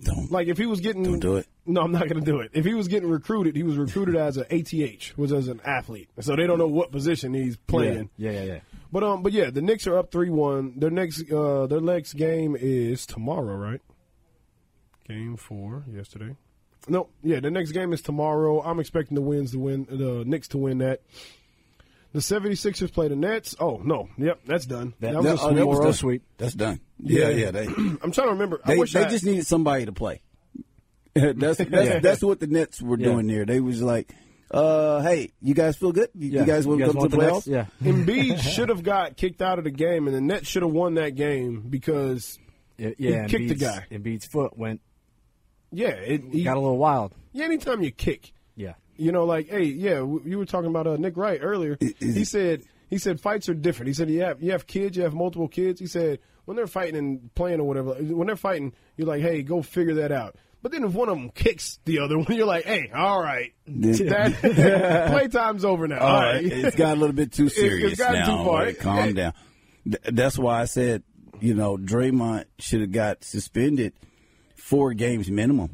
[SPEAKER 3] Don't-
[SPEAKER 2] like if he was getting
[SPEAKER 3] Don't do it.
[SPEAKER 2] No, I'm not gonna do it. If he was getting recruited, he was recruited as an ATH, was as an athlete. So they don't know what position he's playing.
[SPEAKER 4] Yeah, yeah, yeah.
[SPEAKER 2] But um, but yeah, the Knicks are up three one. Their next uh, their next game is tomorrow, right? Game four yesterday. No, yeah, the next game is tomorrow. I'm expecting the wins to win the Knicks to win that. The 76ers play the Nets. Oh no, yep, that's done. That, was
[SPEAKER 3] No,
[SPEAKER 2] a
[SPEAKER 3] oh, that
[SPEAKER 2] sweep.
[SPEAKER 3] was
[SPEAKER 4] Moro
[SPEAKER 3] done.
[SPEAKER 4] sweep.
[SPEAKER 3] That's done. Yeah,
[SPEAKER 2] Yeah.
[SPEAKER 3] yeah. They
[SPEAKER 2] I'm trying to remember. I
[SPEAKER 3] they,
[SPEAKER 2] wish
[SPEAKER 3] they
[SPEAKER 2] I,
[SPEAKER 3] just needed somebody to play. that's that's, that's what the Nets were
[SPEAKER 4] Yeah.
[SPEAKER 3] doing there. They was like, uh, "Hey, you guys feel good? You, you
[SPEAKER 4] Yeah.
[SPEAKER 3] guys want to come to
[SPEAKER 4] want
[SPEAKER 3] the playoffs?"
[SPEAKER 4] Knicks? Yeah.
[SPEAKER 2] Embiid should have got kicked out of the game, and the Nets should have won that game because
[SPEAKER 4] Yeah, yeah,
[SPEAKER 2] He kicked the
[SPEAKER 4] Embiid's-
[SPEAKER 2] guy.
[SPEAKER 4] Embiid's foot went
[SPEAKER 2] yeah, it, he-
[SPEAKER 4] got a little wild.
[SPEAKER 2] yeah, anytime you kick,
[SPEAKER 4] Yeah.
[SPEAKER 2] You know, like, hey, yeah, w- you were talking about uh, Nick Wright earlier. he said he said fights are different. He said you have you have kids, you have multiple kids. He said when they're fighting and playing or whatever, when they're fighting, you're like, hey, go figure that out. But then if one of them kicks the other one, you're like, hey, all right, that, playtime's over now. all
[SPEAKER 3] Uh,
[SPEAKER 2] right.
[SPEAKER 3] it's got a little bit too
[SPEAKER 2] it's
[SPEAKER 3] serious
[SPEAKER 2] gotten
[SPEAKER 3] now.
[SPEAKER 2] too far.
[SPEAKER 3] Like, calm down. Th- that's why I said, you know, Draymond should have got suspended four games minimum.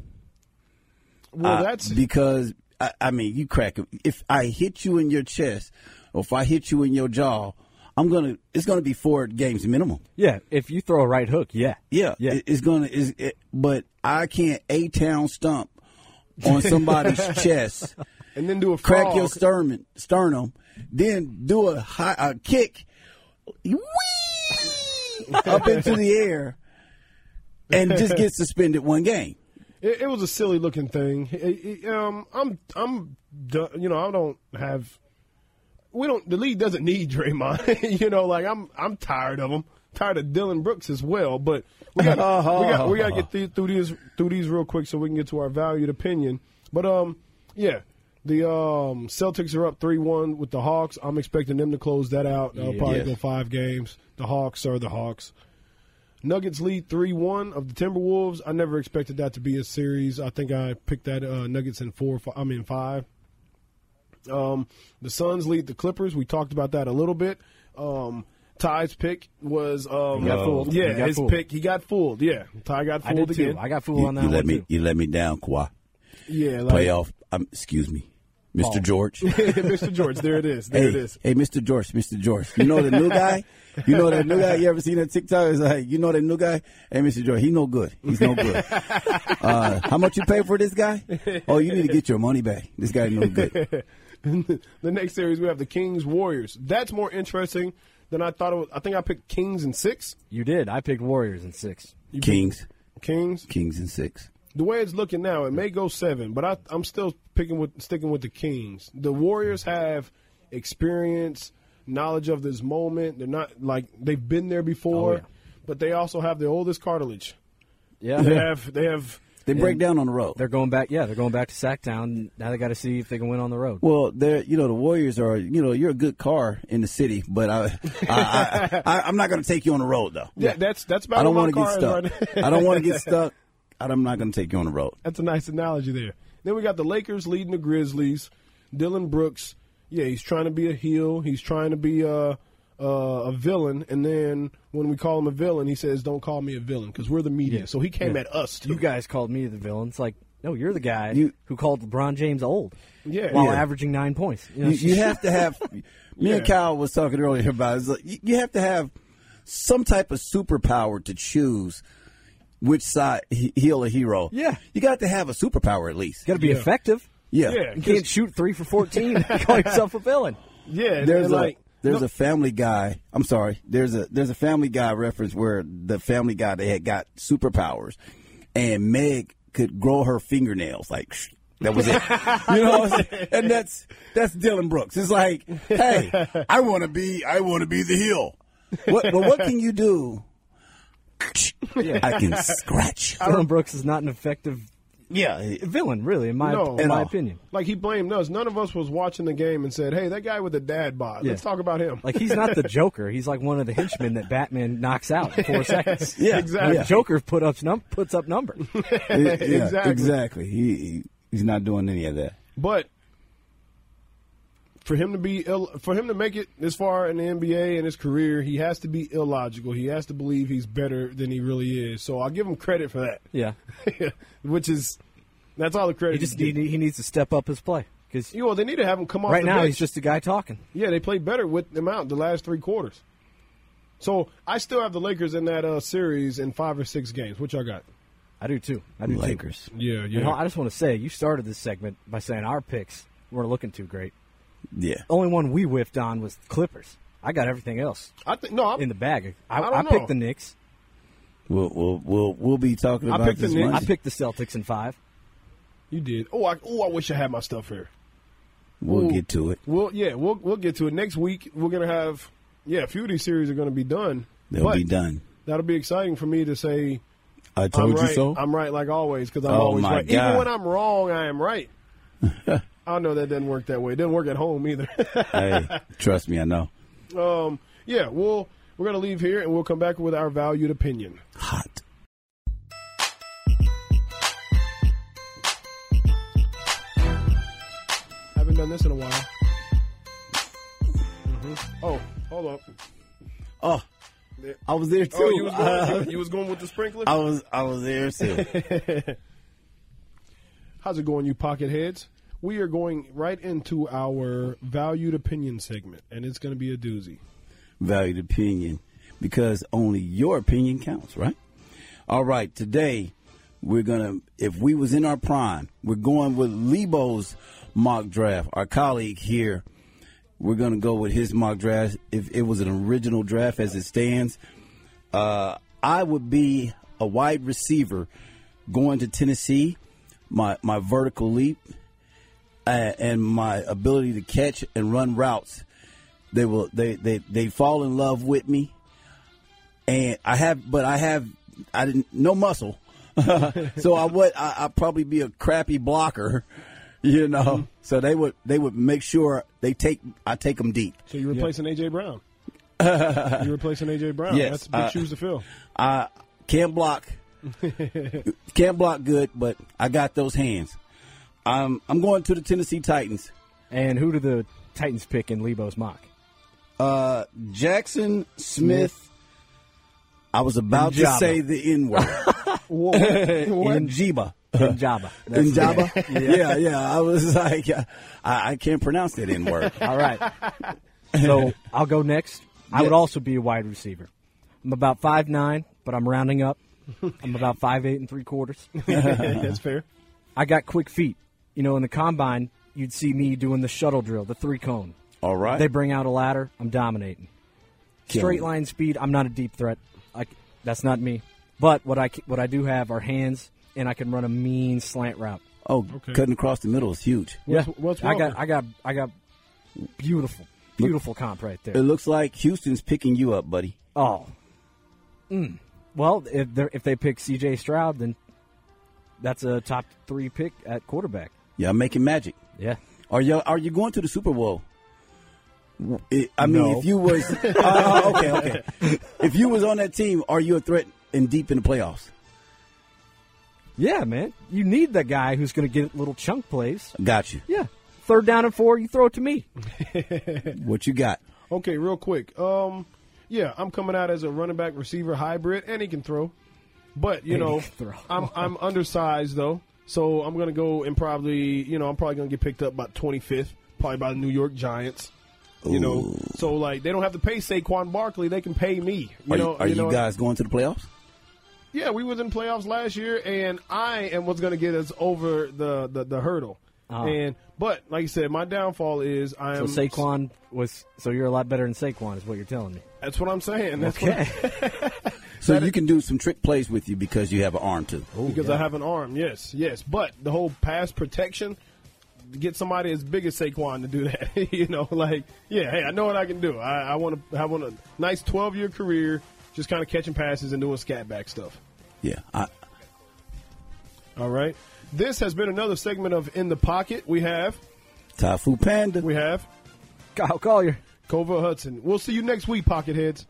[SPEAKER 2] well,
[SPEAKER 3] Uh,
[SPEAKER 2] that's
[SPEAKER 3] because I, I mean, you crack. If I hit you in your chest, or if I hit you in your jaw, I'm gonna. It's gonna be four games minimum.
[SPEAKER 4] Yeah. If you throw a right hook, yeah.
[SPEAKER 3] Yeah,
[SPEAKER 4] Yeah.
[SPEAKER 3] it- it's gonna. Is it, but I can't a town stump on somebody's chest,
[SPEAKER 2] and then do a
[SPEAKER 3] crack
[SPEAKER 2] frog.
[SPEAKER 3] your sternum, sternum, then do a high a kick, whee, up into the air, and just get suspended one game.
[SPEAKER 2] It, it was a silly looking thing. It- it- um, I'm, I'm, do- you know, I don't have. We don't. The league doesn't need Draymond. you know, like I'm, I'm tired of him. Tired of Dylan Brooks as well. But we got, we got, we got to get th- through these, through these real quick so we can get to our valued opinion. But um, yeah. The um, Celtics are up three one with the Hawks. I'm expecting them to close that out. They'll probably
[SPEAKER 3] Yes.
[SPEAKER 2] go five games. The Hawks are the Hawks. Nuggets lead 3 1 of the Timberwolves. I never expected that to be a series. I think I picked that uh, Nuggets in four, fi- I mean, five. Um, the Suns lead the Clippers. We talked about that a little bit. Um, Ty's pick was. Um,
[SPEAKER 4] He got fooled.
[SPEAKER 2] Yeah,
[SPEAKER 4] He got
[SPEAKER 2] his
[SPEAKER 4] fooled.
[SPEAKER 2] pick. He got fooled. Yeah. Ty got
[SPEAKER 4] I
[SPEAKER 2] fooled
[SPEAKER 4] did
[SPEAKER 2] again.
[SPEAKER 4] too. I got fooled on that one too.
[SPEAKER 3] you let me down, Kawhi.
[SPEAKER 2] yeah. Like,
[SPEAKER 3] Playoff. Um, excuse me, Mr. George.
[SPEAKER 2] Mr. George, there it is. There
[SPEAKER 3] hey,
[SPEAKER 2] it is.
[SPEAKER 3] Hey, Mr. George, Mr. George. You know the new guy? You know that new guy? You ever seen that TikTok? It's like, you know that new guy? Hey, Mr. George, he no good. He's no good. Uh, how much you pay for this guy? Oh, you need to get your money back. This guy no good.
[SPEAKER 2] the next series we have the Kings Warriors. That's more interesting than I thought it was. I think I picked Kings and six.
[SPEAKER 4] You did. I picked Warriors in six.
[SPEAKER 3] Kings,
[SPEAKER 2] Kings.
[SPEAKER 3] Kings and six.
[SPEAKER 2] The way it's looking now, it may go seven, but I, I'm still picking with sticking with the Kings. The Warriors have experience, knowledge of this moment. They're not like they've been there before,
[SPEAKER 4] Oh, yeah.
[SPEAKER 2] but they also have the oldest cartilage.
[SPEAKER 4] Yeah.
[SPEAKER 2] They have they have
[SPEAKER 3] They break down on the road.
[SPEAKER 4] They're going back. Yeah, they're going back to Sac Town. Now they got to see if they can win on the road.
[SPEAKER 3] Well, they're you know the Warriors are you know you're a good car in the city, but I, I, I, I I'm not going to take you on the road though.
[SPEAKER 2] yeah, that's that's about
[SPEAKER 3] I don't
[SPEAKER 2] where my
[SPEAKER 3] want to get
[SPEAKER 2] car is
[SPEAKER 3] stuck.
[SPEAKER 2] right now.
[SPEAKER 3] I don't want to get stuck. and I'm not going to take you on the road.
[SPEAKER 2] That's a nice analogy there. Then we got the Lakers leading the Grizzlies. Dylan Brooks, yeah, he's trying to be a heel. He's trying to be a a, a villain. And then when we call him a villain, he says, "Don't call me a villain because we're the media." So he came at us. Too.
[SPEAKER 4] You guys called me the villain. It's like, no, you're the guy
[SPEAKER 3] You-
[SPEAKER 4] who called LeBron James old.
[SPEAKER 2] Yeah.
[SPEAKER 4] While
[SPEAKER 2] Yeah.
[SPEAKER 4] averaging nine points. You know,
[SPEAKER 3] You, you have to have. Me
[SPEAKER 2] Yeah.
[SPEAKER 3] and Kyle was talking earlier about. It's like, you, you have to have some type of superpower to choose which side he, heel or hero.
[SPEAKER 4] Yeah.
[SPEAKER 3] you got to have a superpower at least.
[SPEAKER 4] got to be
[SPEAKER 2] Yeah.
[SPEAKER 4] effective.
[SPEAKER 3] Yeah,
[SPEAKER 2] Yeah.
[SPEAKER 4] You can't shoot three for 14 and call yourself a villain.
[SPEAKER 2] yeah, and
[SPEAKER 3] there's
[SPEAKER 2] then,
[SPEAKER 3] a
[SPEAKER 2] like
[SPEAKER 3] there's a Family Guy. I'm sorry. There's a there's a Family Guy reference where the Family Guy they had got superpowers, and Meg could grow her fingernails like. Shh, that was it, you know. What I'm saying? and that's that's Dylan Brooks. It's like, hey, I want to be, I want to be the heel. What, but what can you do? I can scratch.
[SPEAKER 4] Dylan Brooks is not an effective
[SPEAKER 3] Yeah,
[SPEAKER 4] villain, really, in my,
[SPEAKER 2] No.
[SPEAKER 4] in
[SPEAKER 3] At
[SPEAKER 4] my
[SPEAKER 3] all.
[SPEAKER 4] opinion.
[SPEAKER 2] like he blamed us. None of us was watching the game and said, "Hey, that guy with the dad bod. Let's
[SPEAKER 4] Yeah.
[SPEAKER 2] talk about him."
[SPEAKER 4] Like, he's not the Joker. He's like one of the henchmen that Batman knocks out in four seconds.
[SPEAKER 3] Yeah,
[SPEAKER 2] exactly.
[SPEAKER 4] The Joker put up num- puts up numbers.
[SPEAKER 3] yeah,
[SPEAKER 2] Exactly.
[SPEAKER 3] exactly. He, he he's not doing any of that.
[SPEAKER 2] But for him to be ill, for him to make it this far in the NBA and his career, he has to be illogical. He has to believe he's better than he really is. So I'll give him credit for that.
[SPEAKER 4] Yeah.
[SPEAKER 2] Which is that's all the credit.
[SPEAKER 4] He just
[SPEAKER 2] you
[SPEAKER 4] need, he needs to step up his play. Because
[SPEAKER 2] you know, they need to have him come off
[SPEAKER 4] right
[SPEAKER 2] the
[SPEAKER 4] now,
[SPEAKER 2] bench.
[SPEAKER 4] he's just a guy talking.
[SPEAKER 2] yeah, they played better with him out the last three quarters. So I still have the Lakers in that uh, series in five or six games. Which I got.
[SPEAKER 4] I do too. I do too.
[SPEAKER 3] Lakers.
[SPEAKER 2] Yeah,
[SPEAKER 4] And I just want to say, you started this segment by saying our picks weren't looking too great.
[SPEAKER 3] Yeah.
[SPEAKER 4] The only one we whiffed on was Clippers. I got everything else
[SPEAKER 2] I think no. I'm,
[SPEAKER 4] in the bag. I,
[SPEAKER 2] I
[SPEAKER 4] I,
[SPEAKER 2] don't know.
[SPEAKER 4] picked the Knicks.
[SPEAKER 3] We'll we'll we'll, we'll be talking
[SPEAKER 2] I
[SPEAKER 3] about
[SPEAKER 2] picked the
[SPEAKER 3] this
[SPEAKER 2] Knicks.
[SPEAKER 4] I
[SPEAKER 3] Monday.
[SPEAKER 4] picked the Celtics in five.
[SPEAKER 2] you did. Oh, I, oh, I wish I had my stuff here.
[SPEAKER 3] we'll
[SPEAKER 2] Ooh.
[SPEAKER 3] get to it.
[SPEAKER 2] We'll yeah, we'll we'll get to it next week. We're gonna have yeah, a few of these series are gonna be done.
[SPEAKER 3] They'll
[SPEAKER 2] But
[SPEAKER 3] be done.
[SPEAKER 2] That'll be exciting for me to say
[SPEAKER 3] I
[SPEAKER 2] I'm
[SPEAKER 3] told you
[SPEAKER 2] right.
[SPEAKER 3] so.
[SPEAKER 2] I'm right like always because I'm
[SPEAKER 3] Oh,
[SPEAKER 2] always
[SPEAKER 3] my
[SPEAKER 2] right. Even
[SPEAKER 3] God.
[SPEAKER 2] when I'm wrong, I am right. I know that doesn't work that way. It doesn't work at home either.
[SPEAKER 3] hey, trust me, I know.
[SPEAKER 2] um, yeah, we'll we're gonna leave here and we'll come back with our valued opinion.
[SPEAKER 3] Hot.
[SPEAKER 2] Haven't done this in a while. Mhm. Oh, hold up.
[SPEAKER 3] Oh, I was there too.
[SPEAKER 2] Oh, you was going,
[SPEAKER 3] Uh,
[SPEAKER 2] you was going with the sprinkler.
[SPEAKER 3] I was I was there too.
[SPEAKER 2] How's it going, you pocket heads? We are going right into our valued opinion segment, and it's going to be a doozy.
[SPEAKER 3] Valued opinion because only your opinion counts, right? All right, today we're gonna. If we was in our prime, we're going with Lebo's mock draft. Our colleague here We're going to go with his mock draft. If it was an original draft as it stands, uh, I would be a wide receiver going to Tennessee. My my vertical leap uh, and my ability to catch and run routes, they will they, they they fall in love with me. And I have, but I have, I didn't no muscle, so I would I, I'd probably be a crappy blocker, you know. So they would they would make sure they take I take them deep.
[SPEAKER 2] So you're replacing AJ Brown. you're replacing AJ Brown.
[SPEAKER 3] Yes,
[SPEAKER 2] That's big
[SPEAKER 3] uh,
[SPEAKER 2] shoes to fill.
[SPEAKER 3] I can't block. can't block good, but I got those hands. I'm I'm going to the Tennessee Titans.
[SPEAKER 4] And who do the Titans pick in Lebo's mock?
[SPEAKER 3] Uh, Jackson Smith. I was about to
[SPEAKER 4] Njaba.
[SPEAKER 3] say the N word. Njiba.
[SPEAKER 4] Njaba. That's the name.
[SPEAKER 3] Njaba. yeah, yeah. I was like, uh, I, I can't pronounce that N word.
[SPEAKER 4] All right. So I'll go next. I would
[SPEAKER 3] Yes.
[SPEAKER 4] also be a wide receiver. I'm about five nine, but I'm rounding up. I'm about five eight and three quarters.
[SPEAKER 2] That's fair.
[SPEAKER 4] I got quick feet. You know, in the combine, you'd see me doing the shuttle drill, the three cone.
[SPEAKER 3] All right.
[SPEAKER 4] They bring out a ladder. I'm dominating.
[SPEAKER 3] Killing
[SPEAKER 4] Straight
[SPEAKER 3] it.
[SPEAKER 4] line speed. I'm not a deep threat. I, that's not me. But what I c- what I do have are hands, and I can run a mean slant route.
[SPEAKER 3] oh,
[SPEAKER 2] Okay.
[SPEAKER 3] cutting across the middle is huge.
[SPEAKER 2] What's- what's
[SPEAKER 4] I
[SPEAKER 2] wrong
[SPEAKER 4] got I got I got beautiful beautiful comp right
[SPEAKER 3] It
[SPEAKER 4] there.
[SPEAKER 3] looks like Houston's picking you up, buddy.
[SPEAKER 4] Oh, mm. well if they if they pick C.J. Stroud, then that's a top three pick at quarterback.
[SPEAKER 3] Y'all making magic.
[SPEAKER 4] Yeah,
[SPEAKER 3] Are you are you going to the Super Bowl? I I mean,
[SPEAKER 4] No.
[SPEAKER 3] if you was Oh, okay, okay. If you was on that team, are you a threat and deep in the playoffs?
[SPEAKER 4] yeah, man. You need the guy who's going to get little chunk plays.
[SPEAKER 3] Got you.
[SPEAKER 4] Yeah, third down and four, you throw it to me.
[SPEAKER 3] What you got?
[SPEAKER 2] Okay, real quick. Um, yeah, I'm coming out as a running back receiver hybrid, and he can throw. But you
[SPEAKER 4] And he
[SPEAKER 2] know,
[SPEAKER 4] can throw.
[SPEAKER 2] I'm I'm undersized though, so I'm gonna go and probably you know I'm probably gonna get picked up about 25th, probably by the New York Giants. You know, so like they don't have to pay Saquon Barkley; they can pay me. You
[SPEAKER 3] Are you,
[SPEAKER 2] know,
[SPEAKER 3] are you
[SPEAKER 2] know,
[SPEAKER 3] guys going to the playoffs?
[SPEAKER 2] Yeah, we was in playoffs last year, and I am what's going to get us over the the, the hurdle.
[SPEAKER 4] Ah.
[SPEAKER 2] And but like you said, my downfall is I
[SPEAKER 4] So
[SPEAKER 2] am
[SPEAKER 4] Saquon was so you're a lot better than Saquon is what you're telling me.
[SPEAKER 2] That's what I'm saying. That's what-
[SPEAKER 4] Okay,
[SPEAKER 3] So you can do some trick plays with you because you have an arm too.
[SPEAKER 2] because I have an arm. Yes, yes. But the whole pass protection, to get somebody as big as Saquon to do that. you know, like yeah, hey, I know what I can do. I, I want to have a nice 12 year career, just kind of catching passes and doing scat back stuff.
[SPEAKER 3] Yeah. I,
[SPEAKER 2] All right. This has been another segment of In the Pocket. We have
[SPEAKER 3] Tafu Panda.
[SPEAKER 2] we have
[SPEAKER 4] Kyle Collier.
[SPEAKER 2] Cova Hudson. We'll see you next week, Pocket Heads.